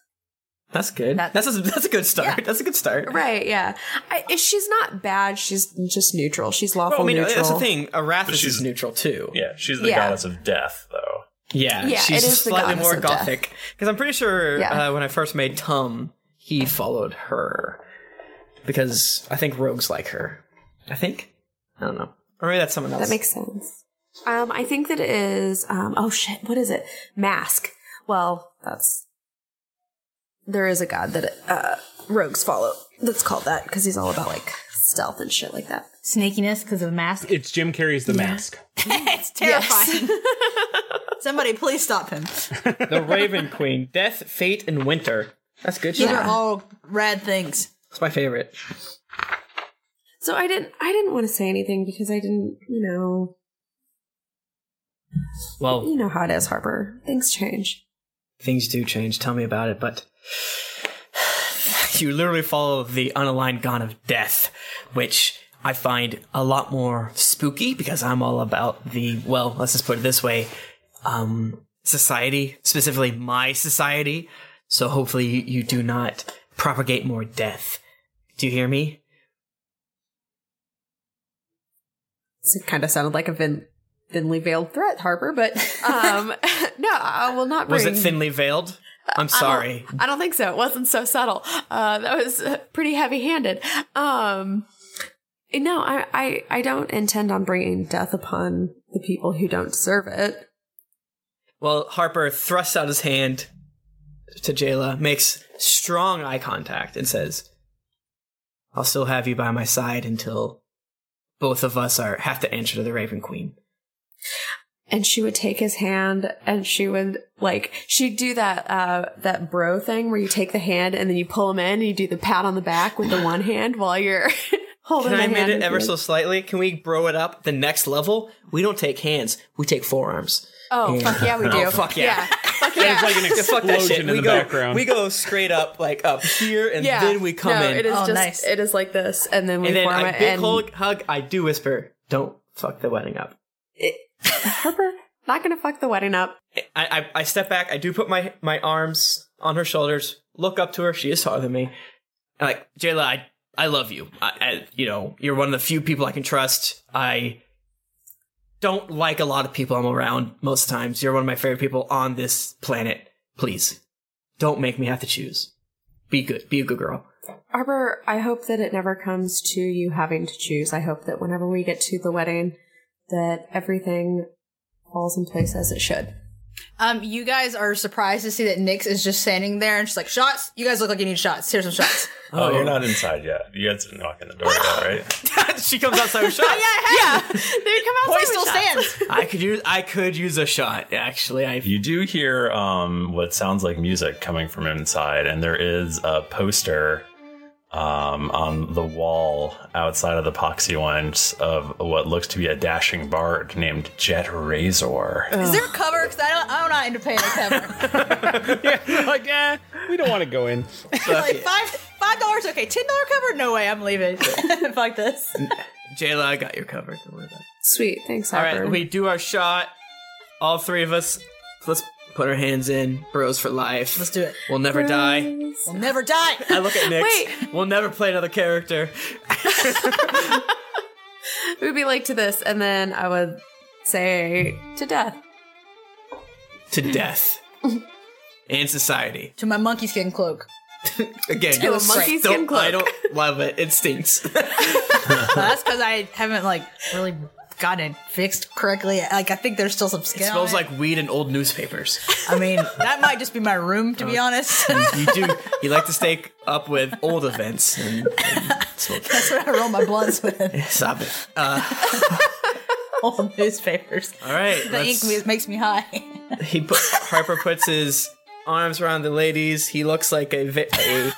That's good. That's a, that's a good start. That's a good start. Right? Yeah. I, she's not bad. She's just neutral. She's lawful Well, I mean, neutral. that's the thing. Arathis is neutral too. Yeah, she's the Yeah. goddess of death, though. Yeah, Yeah, she's it is the slightly goddess more of death. gothic. Because I'm pretty sure Yeah. uh, when I first made Tum, he followed her because I think rogues like her. I think. I don't know. Or maybe that's someone else. That makes sense. Um, I think that is. Um, oh shit! What is it? Mask. Well, that's there is a god that uh, rogues follow. That's called that because he's all about like stealth and shit like that. Snakiness because of the mask. It's Jim Carrey's The Mask. [laughs] it's terrifying. [laughs] Somebody, please stop him. the Raven Queen, Death, Fate, and Winter. That's good. These shit. are Oh, all rad things. That's my favorite. So I didn't. I didn't want to say anything because I didn't. You know. Well, you know how it is, Harper. Things change. Things do change. Tell me about it, but [sighs] you literally follow the unaligned god of death, which I find a lot more spooky because I'm all about the well. Let's just put it this way: um, society, specifically my society. So hopefully you, you do not propagate more death. Do you hear me? It kind of sounded like a thin, thinly veiled threat, Harper. [laughs] But um, no, I will not. Bring Was it thinly veiled? I'm sorry. I don't think so. It wasn't so subtle. Uh, that was uh, pretty heavy-handed. Um, no, I, I, I don't intend on bringing death upon the people who don't deserve it. Well, Harper thrusts out his hand to Jayla, makes strong eye contact, and says, I'll still have you by my side until both of us are have to answer to the Raven Queen. And she would take his hand, and she would like she'd do that uh, that bro thing where you take the hand and then you pull him in, and you do the pat on the back with the one hand while you're [laughs] holding. Can I the amend hand it ever so slightly? Can we bro it up the next level? We don't take hands, we take forearms. Oh, And- fuck yeah, we do. [laughs] Oh, fuck yeah. Fuck Yeah, yeah. it's like an [laughs] Fuck that shit. Explosion in we the go, background. We go straight up, like up here, and Yeah. then we come No, in. It is Oh, just it is like this, and then we and then form I it. big and hug, hug, I do whisper, don't fuck the wedding up. Harper, not gonna fuck the wedding up. I, I, I step back. I do put my, my arms on her shoulders, look up to her. She is taller than me. I'm like, Jayla, I, I love you. I, I, you know, you're one of the few people I can trust. I don't like a lot of people I'm around most times. You're one of my favorite people on this planet. Please, don't make me have to choose. Be good. Be a [laughs] good girl. Arbor, I hope that it never comes to you having to choose. I hope that whenever we get to the wedding, that everything falls in place as it should. Um, you guys are surprised to see that Nyx is just standing there and she's like, "Shots! You guys look like you need shots. Here's some [laughs] shots." Oh, you're not inside yet. You guys didn't knock on the door yet, right? she comes outside with [laughs] shots. yeah, yeah. they come outside Boy still stands. I could use I could use a shot. Actually, I You do hear um, what sounds like music coming from inside, and there is a poster um, on the wall outside of the poxy ones of what looks to be a dashing bard named Jet Razor. Is there a cover? Because I don't, I'm not into paying a [laughs] cover. like, eh, we don't want to go in. [laughs] like five five dollars, okay. Ten dollar cover? No way, I'm leaving. [laughs] Fuck this. Jayla, I got your cover. Don't worry about it. Sweet, thanks. All Harper. right, we do our shot. All three of us. Let's put our hands in. Bros for life. Let's do it. We'll never die. We'll never die. I look at Nick. We'll never play another character. It would be like to this, and then I would say to death. To death. and society. To my monkey skin cloak. Again, To a monkey don't- skin cloak. I don't love it. It stinks. [laughs] Well, that's because I haven't like really gotten it fixed correctly. Like I think there's still some skin. It on smells like weed and old [laughs] newspapers. I mean, that might just be my room, to be honest. Uh, [laughs] You do. You like to stay up with old events. And, and so- That's what I roll my blunts with. [laughs] stop it. Uh, [laughs] Old newspapers. all right. [laughs] The let's- ink makes me high. [laughs] He put, Harper puts his arms around the ladies. He looks like a, vi- a You're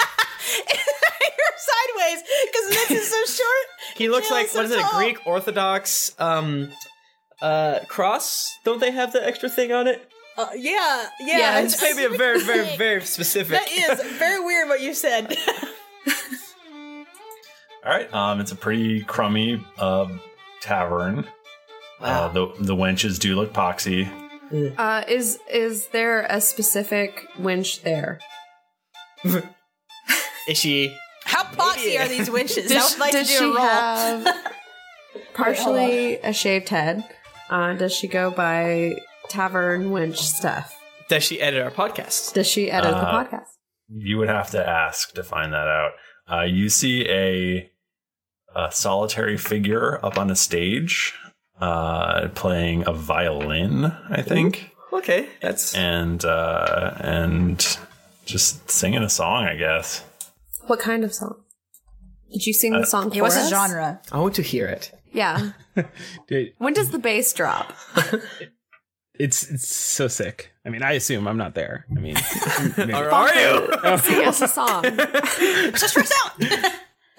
sideways because Nick is so short. he looks Yeah, like so what is it? A tall. Greek Orthodox um uh cross? Don't they have the extra thing on it? Uh, yeah, yeah. it's maybe a very very very [laughs] specific. That is very weird what you said. [laughs] All right. Um, it's a pretty crummy uh, tavern. Uh, the the wenches do look poxy. Uh, is is there a specific winch there? Is she? How poxy are these winches? I Does- would like to does do she a roll. [laughs] have- Partially a shaved head. Uh, does she go by tavern winch stuff? Does she edit our podcast? Does she edit the Uh, podcast? You would have to ask to find that out. Uh, you see a, a solitary figure up on a stage uh, playing a violin, I think, Okay, that's and uh, and just singing a song, I guess. What kind of song? Did you sing Uh, the song? Yeah, for what's the us? genre? I want to hear it. Yeah. Dude, When does the bass drop? it's it's so sick. I mean, I assume I'm not there. [laughs] I mean, maybe. Or are you? Sing us a [laughs] song.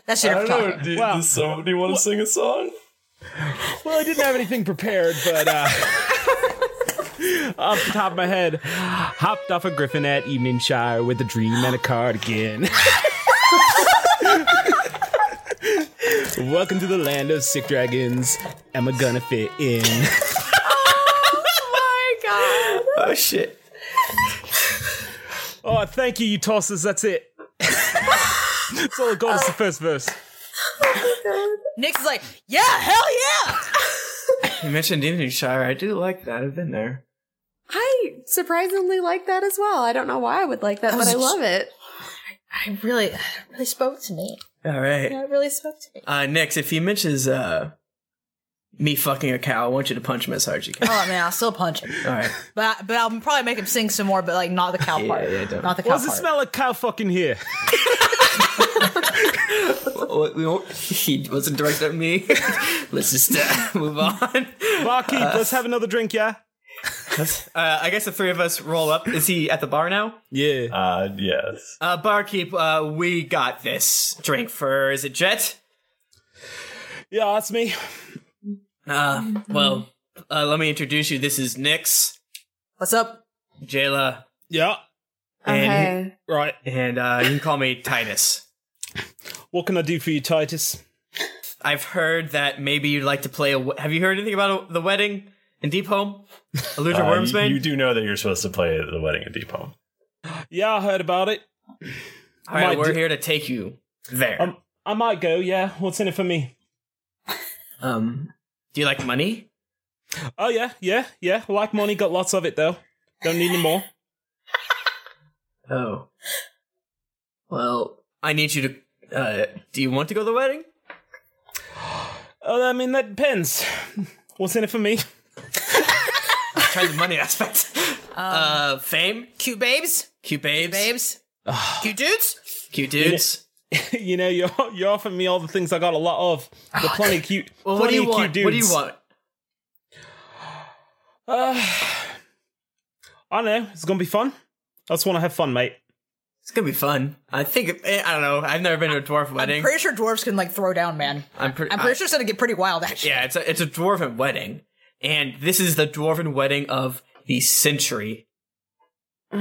That should have come. Do, does somebody want to sing a song? Well, I didn't have anything prepared, but uh, off the top of my head, hopped off a griffin at evening shire with a dream and a cardigan. Welcome to the land of sick dragons. Am I gonna fit in? oh my Oh shit. Oh, thank you, you tossers. That's it. That's all I got is the first verse. [laughs] Nick's is like, yeah, hell yeah. You mentioned Eveningshire. I do like that. I've been there. I surprisingly like that as well. I don't know why I would like that, but I love it. I really, it really spoke to me. All right. Yeah, it really spoke to me. Uh, Nix, if he mentions uh, me fucking a cow, I want you to punch him as hard [laughs] as you can. Oh man, I'll still punch him, All right. but but I'll probably make him sing some more, but like not the cow Yeah, part, yeah, don't. not the cow What's part. the smell of cow fucking here? Well, Oh, we won't, [laughs] he wasn't directed at me. [laughs] Let's just uh, [laughs] move on. Barkeep, let's have another drink, yeah? Uh, I guess the three of us roll up. Is he at the bar now? Yeah. Uh, yes. Uh, barkeep, uh, we got this drink for is it Jet? Yeah, that's me. Uh, well, uh, let me introduce you. This is Nix, What's up? Jayla, Yeah. and Okay. Right. and uh, you can call me Titus. What can I do for you, Titus? I've heard that maybe you'd like to play a. we- Have you heard anything about a, the wedding in Deep Home? [laughs] Eludra Uh, Wormsbane? you, you do know that you're supposed to play the wedding at Deep Home. Yeah, I heard about it. All right, might we're do- here to take you there. Um, Um, I might go, yeah. What's in it for me? do you like money? Oh, yeah, yeah, yeah. Like money, got lots of it, though. Don't need any more. Oh. Well, I need you to. Uh, do you want to go to the wedding? Oh, I mean, that depends. What's in it for me? [laughs] Try the money aspect. uh, fame, Um, Cute babes, cute babes, babes, Ah. cute dudes. cute dudes. you know, you're, you're offering me all the things I got a lot of. The plenty of cute, Well, what plenty do you of cute want? dudes. What do you want? Uh, I know. It's going to be fun. I just want to have fun, mate. It's It's gonna be fun. I think eh, I don't know. I've never been to a dwarf wedding. I'm pretty sure dwarves can like throw down, man. I'm pretty. I'm pretty sure it's gonna get pretty wild, actually. Yeah, it's a it's a dwarven wedding, and this is the dwarven wedding of the century, or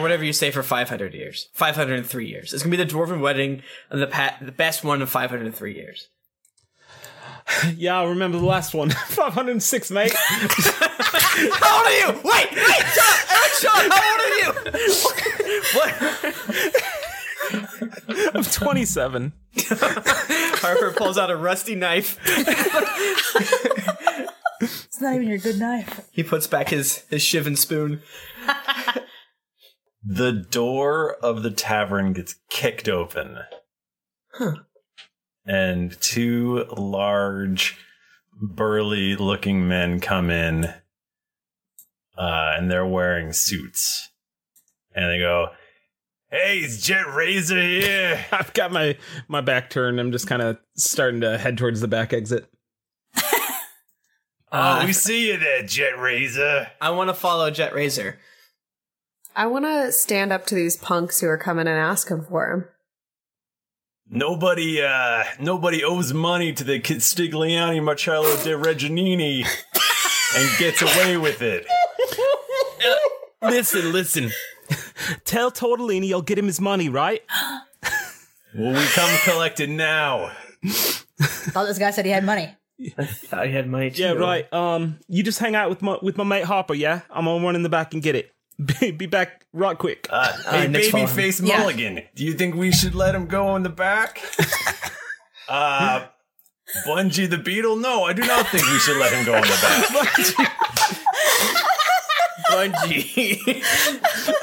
whatever you say for five hundred years, five hundred and three years. It's gonna be the dwarven wedding, of the pa- the best one in five hundred and three years. yeah, I remember the last one. [laughs] 506, mate. [laughs] How old are you? Wait, wait, stop! Eric Sean, how old are you? I'm 27. [laughs] Harper pulls out a rusty knife. It's not even your good knife. [laughs] He puts back his his shivan spoon. The door of the tavern gets kicked open. Huh. And two large, burly looking men come in. Uh, and they're wearing suits. And they go, Hey, it's Jet Razor here. [laughs] I've got my my back turned. I'm just kind of starting to head towards the back exit. Oh, we see you there, Jet Razor. Uh, I want to follow Jet Razor. I want to stand up to these punks who are coming and ask him for him. Nobody, uh, nobody owes money to the Castiglione Marcello de Reginini and gets away with it. [laughs] listen, listen. Tell Tortellini you'll get him his money, right? [laughs] Well, we come collect it now. thought this guy said he had money. I had money Yeah, right. Um, you just hang out with my with my mate Harper. Yeah, I'm gonna run in the back and get it. [laughs] Be, be back right quick. Uh, hey, Babyface Yeah. [laughs] Mulligan, do you think we should let him go in the [laughs] back? uh, Bungie the Beetle? No, I do not think we should let him go in the back. [laughs] Bungie.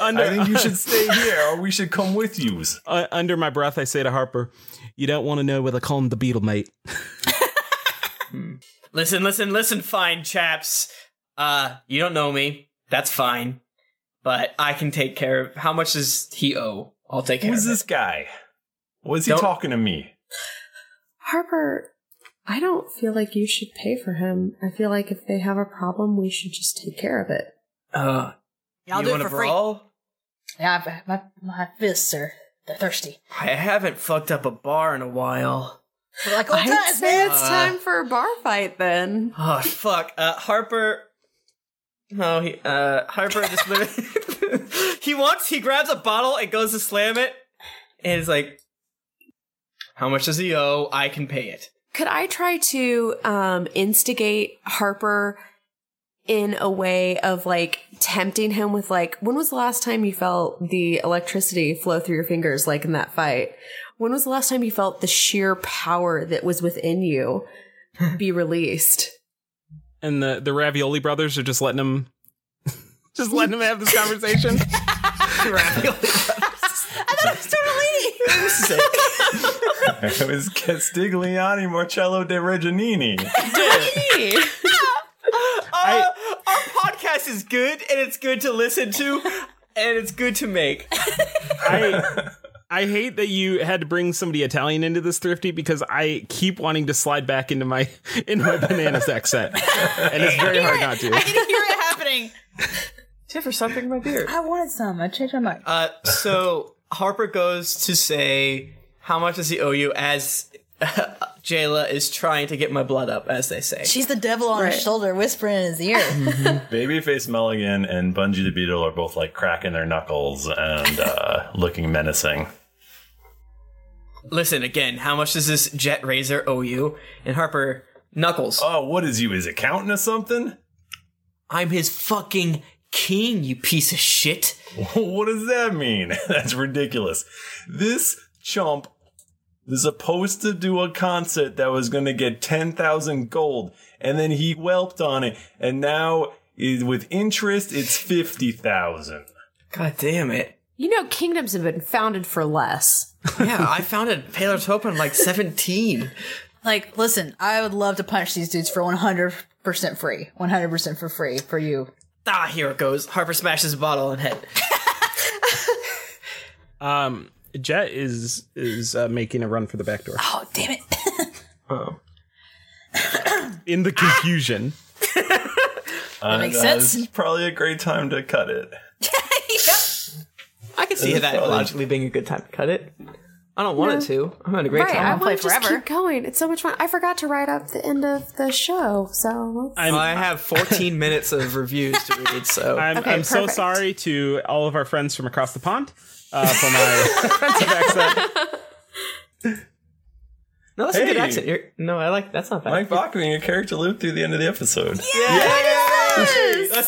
[laughs] I think you should [laughs] stay here, or we should come with you. Uh, under my breath, I say to Harper, "You don't want to know whether I call him the Beetle, mate." Listen, listen, listen, fine chaps. Uh, you don't know me. That's fine. But I can take care of how much does he owe? I'll take care Who's of this guy? Was he talking to me? Harper, I don't feel like you should pay for him. I feel like if they have a problem, we should just take care of it. Uh, Yeah, I'll you do it wanna for brawl? free. Yeah, I've- my my fists are they're thirsty. I haven't fucked up a bar in a while. We're like, oh, I'd times, say man. it's Uh, time for a bar fight then. Oh fuck. Uh, Harper. No, he, uh, Harper just literally. [laughs] he wants. He grabs a bottle and goes to slam it, and is like, "How much does he owe? I can pay it." Could I try to um, instigate Harper in a way of like tempting him with like, when was the last time you felt the electricity flow through your fingers like in that fight? When was the last time you felt the sheer power that was within [laughs] you be released? And the the Ravioli brothers are just letting him, [laughs] just letting him have this [laughs] [laughs] conversation. I thought it was [laughs] Tortellini. it was Castiglione Marcello de [laughs] Reginini. Uh, [laughs] our podcast is good, and it's good to listen to, and it's good to make. I I hate that you had to bring somebody Italian into this thrifty because I keep wanting to slide back into my [laughs] into my bananas accent, and it's very hard [laughs] not I to. can hear it happening. Tip for something in my beard. I wanted some. I changed my mind. Uh, so Harper goes to say, "How much does he owe you?" As [laughs] Jayla is trying to get my blood up, as they say. She's the devil on his shoulder, whispering in his ear. Babyface Mulligan and Bungie the Beetle are both like cracking their knuckles and uh, looking menacing. Listen again. How much does this Jet Razor owe you? And Harper Knuckles. Oh, what is you? His accountant or something? I'm his fucking king. You piece of shit. [laughs] what does that mean? [laughs] That's ridiculous. This chump was supposed to do a concert that was going to get 10,000 gold, and then he whelped on it, and now i- with interest, it's 50,000. God damn it. You know, kingdoms have been founded for less. yeah, I founded Paler Topin like 17. Like, listen, I would love to punch these dudes for 100% free. 100% for free for you. Ah, here it goes. Harper smashes a bottle on head. Um, Jet is is uh, making a run for the back door. Oh, damn it. [laughs] Oh. In the confusion. Uh, makes uh, sense. this is probably a great time to cut it. I can see It's that fun. logically being a good time to cut it. I don't want it to. I'm having a great right, time. I want to just keep going. It's so much fun. I forgot to write up the end of the show, so let's- I have 14 minutes of reviews to read, [laughs] so I'm, I'm so sorry to all of our friends from across the pond uh, for my offensive accent. No, that's a good Hey. accent. You're, no, I like that's not bad. Mike Bachman, your character lived through the end of the episode. Let's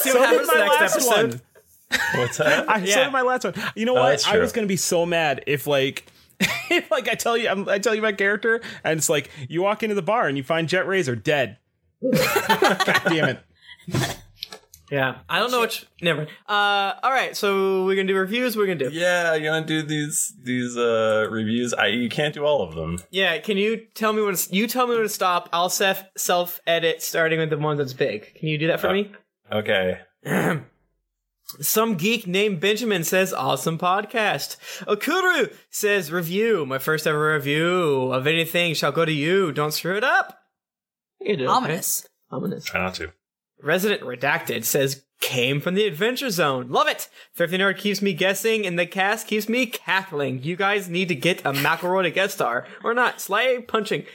see So what did happens my next last episode. one. What's [laughs] that? I Yeah. so did my last one. You know Oh, what? that's I true. was gonna be so mad if like [laughs] if like I tell you I'm, I tell you my character and it's like you walk into the bar and you find Jet Razor dead. God damn it. Yeah, I don't know which. Never. mind. Uh, all right, so we're gonna do reviews. We're gonna do. Yeah, you're gonna do these these uh reviews. I you can't do all of them. Yeah, can you tell me when to, you tell me when to stop? I'll self self edit starting with the one that's big. Can you do that for me? Okay. Some geek named Benjamin says awesome podcast. Okuru says review my first ever review of anything shall go to you. Don't screw it up. You do, okay? Ominous. Ominous. Try not to. Resident Redacted says, came from the Adventure Zone. Love it! Thrifty Nerd keeps me guessing, and the cast keeps me cackling. You guys need to get a McElroy to guest star. Or not, slight punching.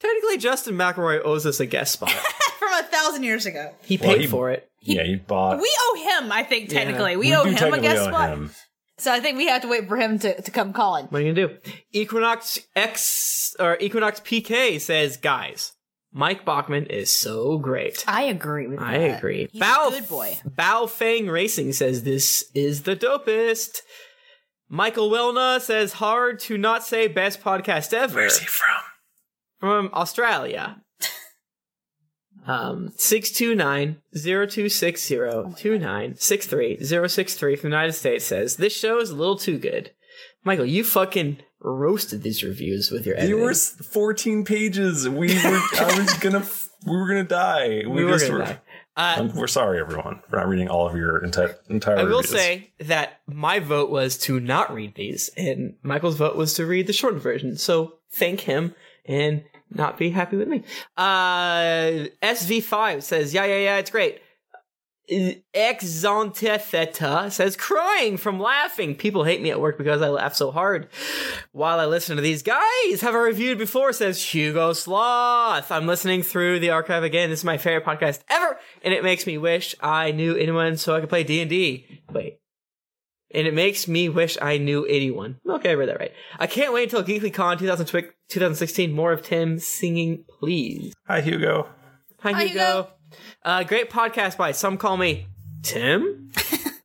Technically, Justin McElroy owes us a guest spot. From a thousand years ago. He paid for it. yeah, you bought. We owe him, I think, Yeah. technically. We we owe do him a technically guest owe spot. him. So I think we have to wait for him to, to come calling. [laughs] What are you gonna do? Equinox X or Equinox PK says, guys, Mike Bachman is so great. I agree with I that. agree. He's Bao, a good boy. Bao Fang Racing says this is the dopest. Michael Wilna says hard to not say best podcast ever. Where's he from? From Australia. Um, 629-0260-2963-063 from the United States says, This show is a little too good. Michael, you fucking roasted these reviews with your They editing. were s- 14 pages. [laughs] We were. I was [laughs] gonna. f- We were gonna die. We were gonna die. Um, we're sorry, everyone, for not reading all of your entire entire. Uh, I will reviews. say that my vote was to not read these, and Michael's vote was to read the shortened version. So thank him and not be happy with me. Uh, SV5 says, yeah, yeah, yeah, it's great. Exantetheta says, crying from laughing. People hate me at work because I laugh so hard while I listen to these guys. Have I reviewed before? Says Hugo Sloth. I'm listening through the archive again. This is my favorite podcast ever, and it makes me wish I knew anyone so I could play D and D. Wait, and it makes me wish I knew anyone. Okay, I read that right. I can't wait until GeeklyCon 2012 2016. More of Tim singing, please. Hi, Hugo. Hi, Hugo. Uh, great podcast by some call me [laughs] Tim.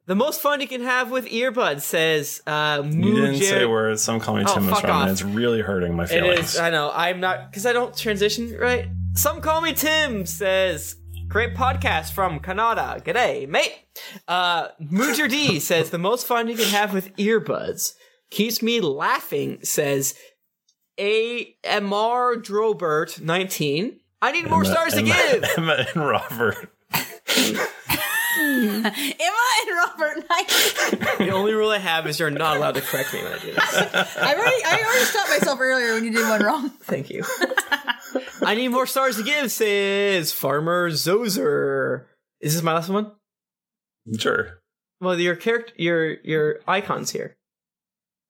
the most fun you can have with earbuds says uh, You Moo didn't say Jer- where some call me Oh, Tim is fuck from, off. and it's really hurting my It feelings. is. I know. I'm not because I don't transition right. Some call me Tim. Says great podcast from Canada. G'day, mate. Uh, Moojer [laughs] D says the most fun you can have with earbuds keeps me laughing. Says A M R Drobert nineteen. I need more Emma- stars to Emma- give. [laughs] Emma and Robert. Emma and Robert Knight. the only rule I have is you're not allowed to correct me when I do this. [laughs] I already, I already stopped myself earlier when you did one wrong. Thank you. I need more stars to give. Says Farmer Zozer. Is this my last one? Sure. Well, your character, your your icons here.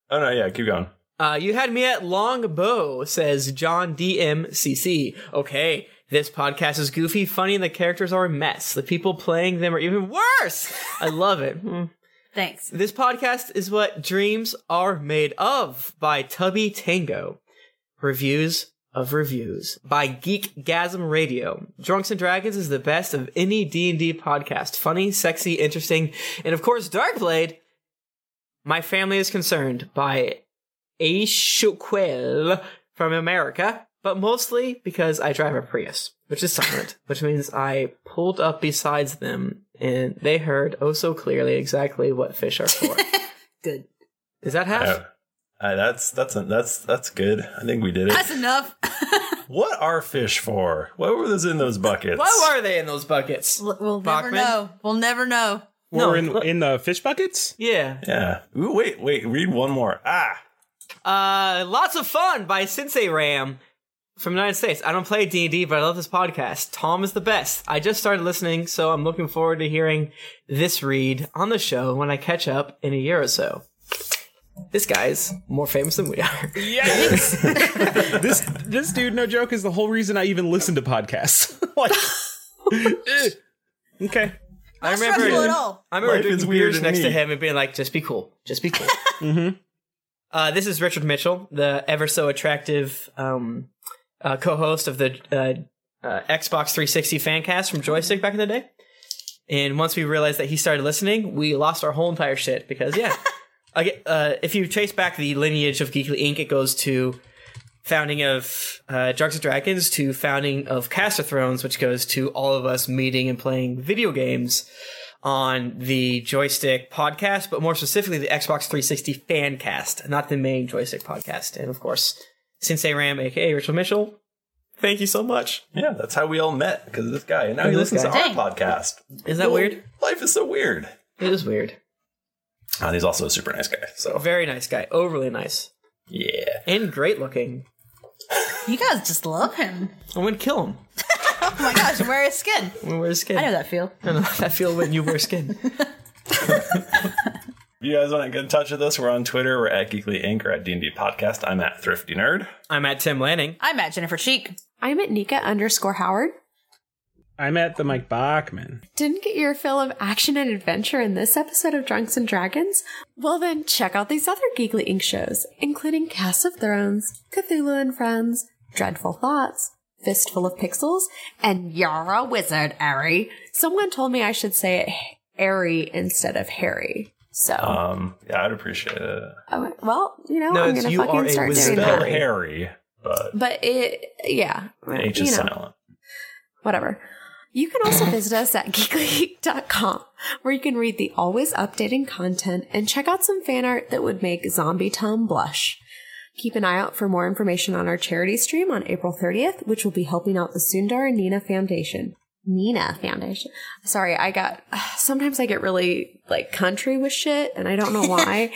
Oh no, yeah, keep going. Uh, you had me at Longbow, says John DMCC. Okay, this podcast is goofy, funny, and the characters are a mess. The people playing them are even worse. I love it. Hmm. Thanks. This podcast is what dreams are made of by Tubby Tango. Reviews of reviews by Geekgasm Radio. Drunks and Dragons is the best of any D&D podcast. Funny, sexy, interesting, and of course Darkblade. My family is concerned by Ashoquel from America, but mostly because I drive a Prius, which is silent, [laughs] which means I pulled up besides them and they heard oh so clearly exactly what fish are for. Good. Is that half? Uh, uh, that's that's that's that's good. I think we did it. That's enough. what are fish for? What were those in those buckets? Why were they in those buckets? We'll Never know. We'll never know. We're in in the fish buckets? Yeah. Yeah. Ooh, wait, wait. Read one more. Ah, Uh, lots of fun by Sensei Ram from the United States. I don't play D and D, but I love this podcast. Tom is the best. I just started listening, so I'm looking forward to hearing this read on the show when I catch up in a year or so. This guy's more famous than we are. [laughs] this this dude, no joke, is the whole reason I even listen to podcasts. [laughs] like, eh. okay. I remember, I remember drinking beers next to him and being like, just be cool. Just be cool. Mm-hmm. Uh, this is Richard Mitchell, the ever so attractive um, uh, co host of the uh, uh, Xbox 360 fan cast from Joystick back in the day. And once we realized that he started listening, we lost our whole entire shit because, yeah. I get- uh, if you trace back the lineage of Geekly Inc., it goes to founding of uh, Drugs and Dragons to founding of Cast of Thrones, which goes to all of us meeting and playing video games on the joystick podcast, but more specifically the Xbox 360 fan cast, not the main joystick podcast. And of course, Sensei Ram, aka Richard Mitchell. Thank you so much. Yeah, that's how we all met because of this guy, and now he This listens guy. to our podcast. Is that weird? Life is so weird. It is weird. And he's also a super nice guy. So Very nice guy. Overly nice. Yeah. And great looking. You guys just love him. I'm gonna kill him. Oh my gosh, you wear his skin. I'm gonna wear his skin. I know that feel. I know that feel when you wear skin. you guys want to get in touch with us? We're on Twitter. We're at Geekly Inc. or at D&D Podcast. I'm at Thrifty Nerd. I'm at Tim Lanning. I'm at Jennifer Cheek. I'm at Nika underscore Howard. I'm at the Mike Bachman. Didn't get your fill of action and adventure in this episode of Drunks and Dragons? Well, then check out these other Geekly Ink shows, including Cast of Thrones, Cthulhu and Friends, Dreadful Thoughts, Fistful of Pixels, and You're a Wizard, Harry. Someone told me I should say it Harry instead of Harry. So, Um, yeah, I'd appreciate it. oh, well, you know, I'm gonna fucking start doing Spell that. Harry, but But it, yeah, the H you is know. silent. whatever. You can also visit us at [laughs] geeklygeek.com where you can read the always updating content and check out some fan art that would make Zombie Tom blush. Keep an eye out for more information on our charity stream on April 30th, which will be helping out the Sundar and Nina Foundation. Nina Foundation. Sorry, I got [sighs] sometimes I get really like country with shit and I don't know why.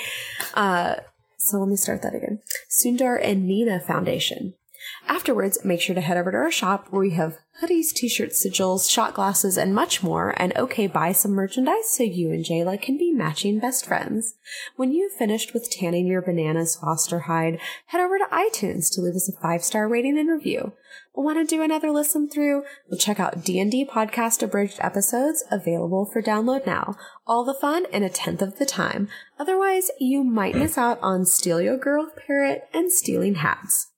uh, so let me start that again. Sundar and Nina Foundation. Afterwards, make sure to head over to our shop where we have hoodies, t-shirts, sigils, shot glasses, and much more. And okay, buy some merchandise so you and Jayla can be matching best friends. When you've finished with tanning your bananas foster hide, head over to iTunes to leave us a five-star rating and review. Want to do another listen through? Well, check out D&D Podcast Abridged episodes available for download now. All the fun in a tenth of the time. Otherwise, you might miss out on Steal Your Girl Parrot and Stealing Hats. [laughs]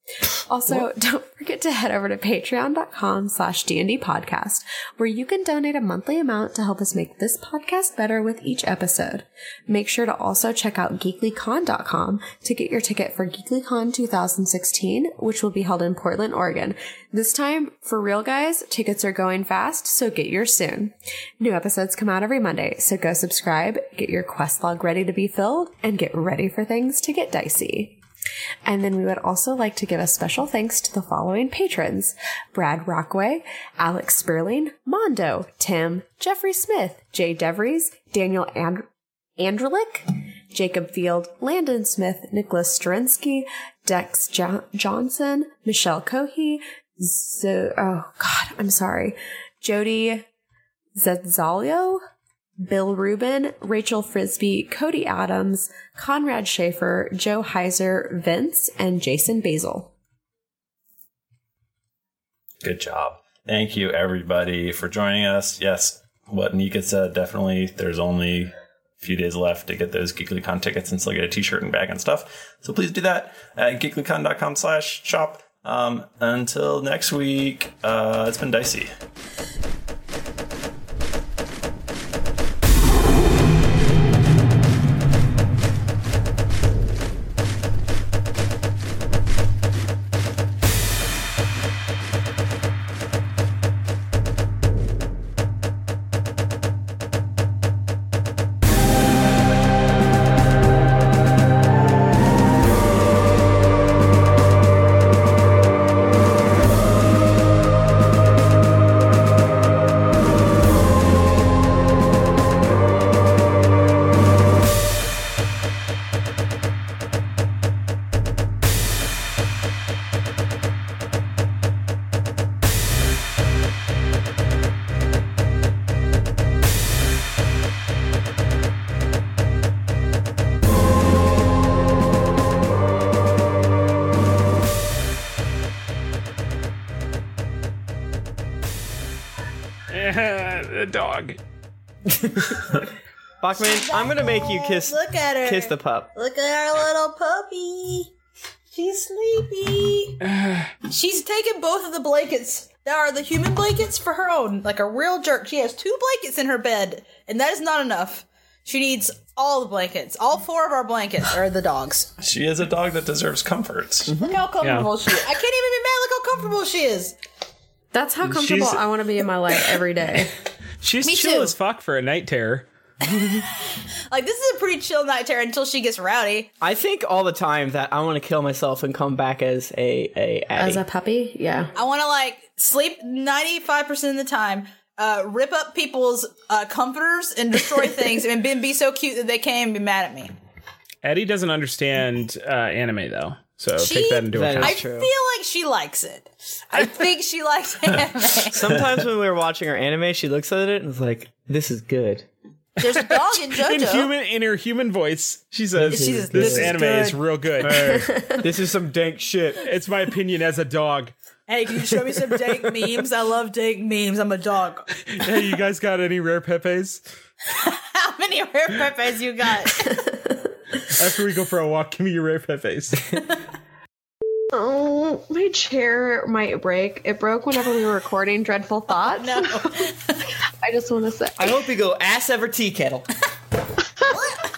Also, don't forget to head over to patreon.com slash D&D podcast, where you can donate a monthly amount to help us make this podcast better with each episode. Make sure to also check out geeklycon.com to get your ticket for GeeklyCon 2016, which will be held in Portland, Oregon. This time, for real guys, tickets are going fast, so get yours soon. New episodes come out every Monday, so go subscribe, get your quest log ready to be filled, and get ready for things to get dicey. And then we would also like to give a special thanks to the following patrons Brad Rockway, Alex Sperling, Mondo, Tim, Jeffrey Smith, Jay Devries, Daniel and- Andrelik, Jacob Field, Landon Smith, Nicholas Sterinsky, Dex jo- Johnson, Michelle Cohey, Zo- oh God, I'm sorry, Jody Zetzalio, Bill Rubin, Rachel Frisbee, Cody Adams, Conrad Schaefer, Joe Heiser, Vince, and Jason Basil. Good job. Thank you, everybody, for joining us. Yes, what Nika said, definitely. There's only a few days left to get those GeeklyCon tickets and still get a t-shirt and bag and stuff. So please do that at geeklycon.com slash shop. Um, until next week, uh, it's been Dicey. dog. [laughs] Bachman, I'm gonna make you kiss. Look at her. Kiss the pup. Look at our little puppy. She's sleepy. [sighs] She's taken both of the blankets that are the human blankets for her own, like a real jerk. She has two blankets in her bed, and that is not enough. She needs all the blankets. All four of our blankets are the dogs. She is a dog that deserves comfort. Look how comfortable she is. I can't even be mad. Look how comfortable she is. That's how comfortable She's- I want to be in my life every day. She's Me chill too. as fuck for a night terror. [laughs] Like this is a pretty chill night terror until she gets rowdy. [laughs] I think all the time that I want to kill myself and come back as a a As addy. a puppy, yeah. I want to like sleep 95% of the time, uh, rip up people's uh, comforters and destroy things and then be so cute that they can't even be mad at me. Eddie doesn't understand uh, anime though, so take that into account. I feel like she likes it. I think she likes anime. Sometimes when we were watching our anime, she looks at it and is like, "This is good." There's a dog in JoJo. [laughs] In human, in her human voice, she says, She says, "This "This is anime good." is real good. [laughs] this is some dank shit." It's my opinion as a dog. Hey, can you show me some dank memes? I love dank memes. I'm a dog. [laughs] Hey, you guys got any rare pepes? [laughs] How many rare pepes you got? After we go for a walk, give me your rare pepes. Oh, my chair might break. It broke whenever we were recording Dreadful Thoughts. no. [laughs] I just want to say. I hope you go ass over tea [laughs] kettle.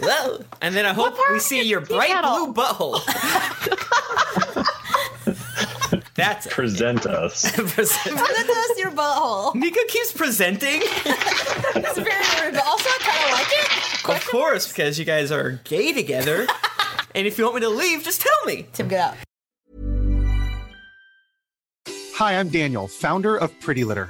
Whoa. And then I hope we see your bright blue [laughs] butthole. That's present us. present us your butthole. [laughs] Nika keeps presenting. That's very rude, but also I kind of like it. Of course, because you guys are gay [laughs] together. and if you want me to leave, just tell me. Tim, get out. Hi, I'm Daniel, founder of Pretty Litter.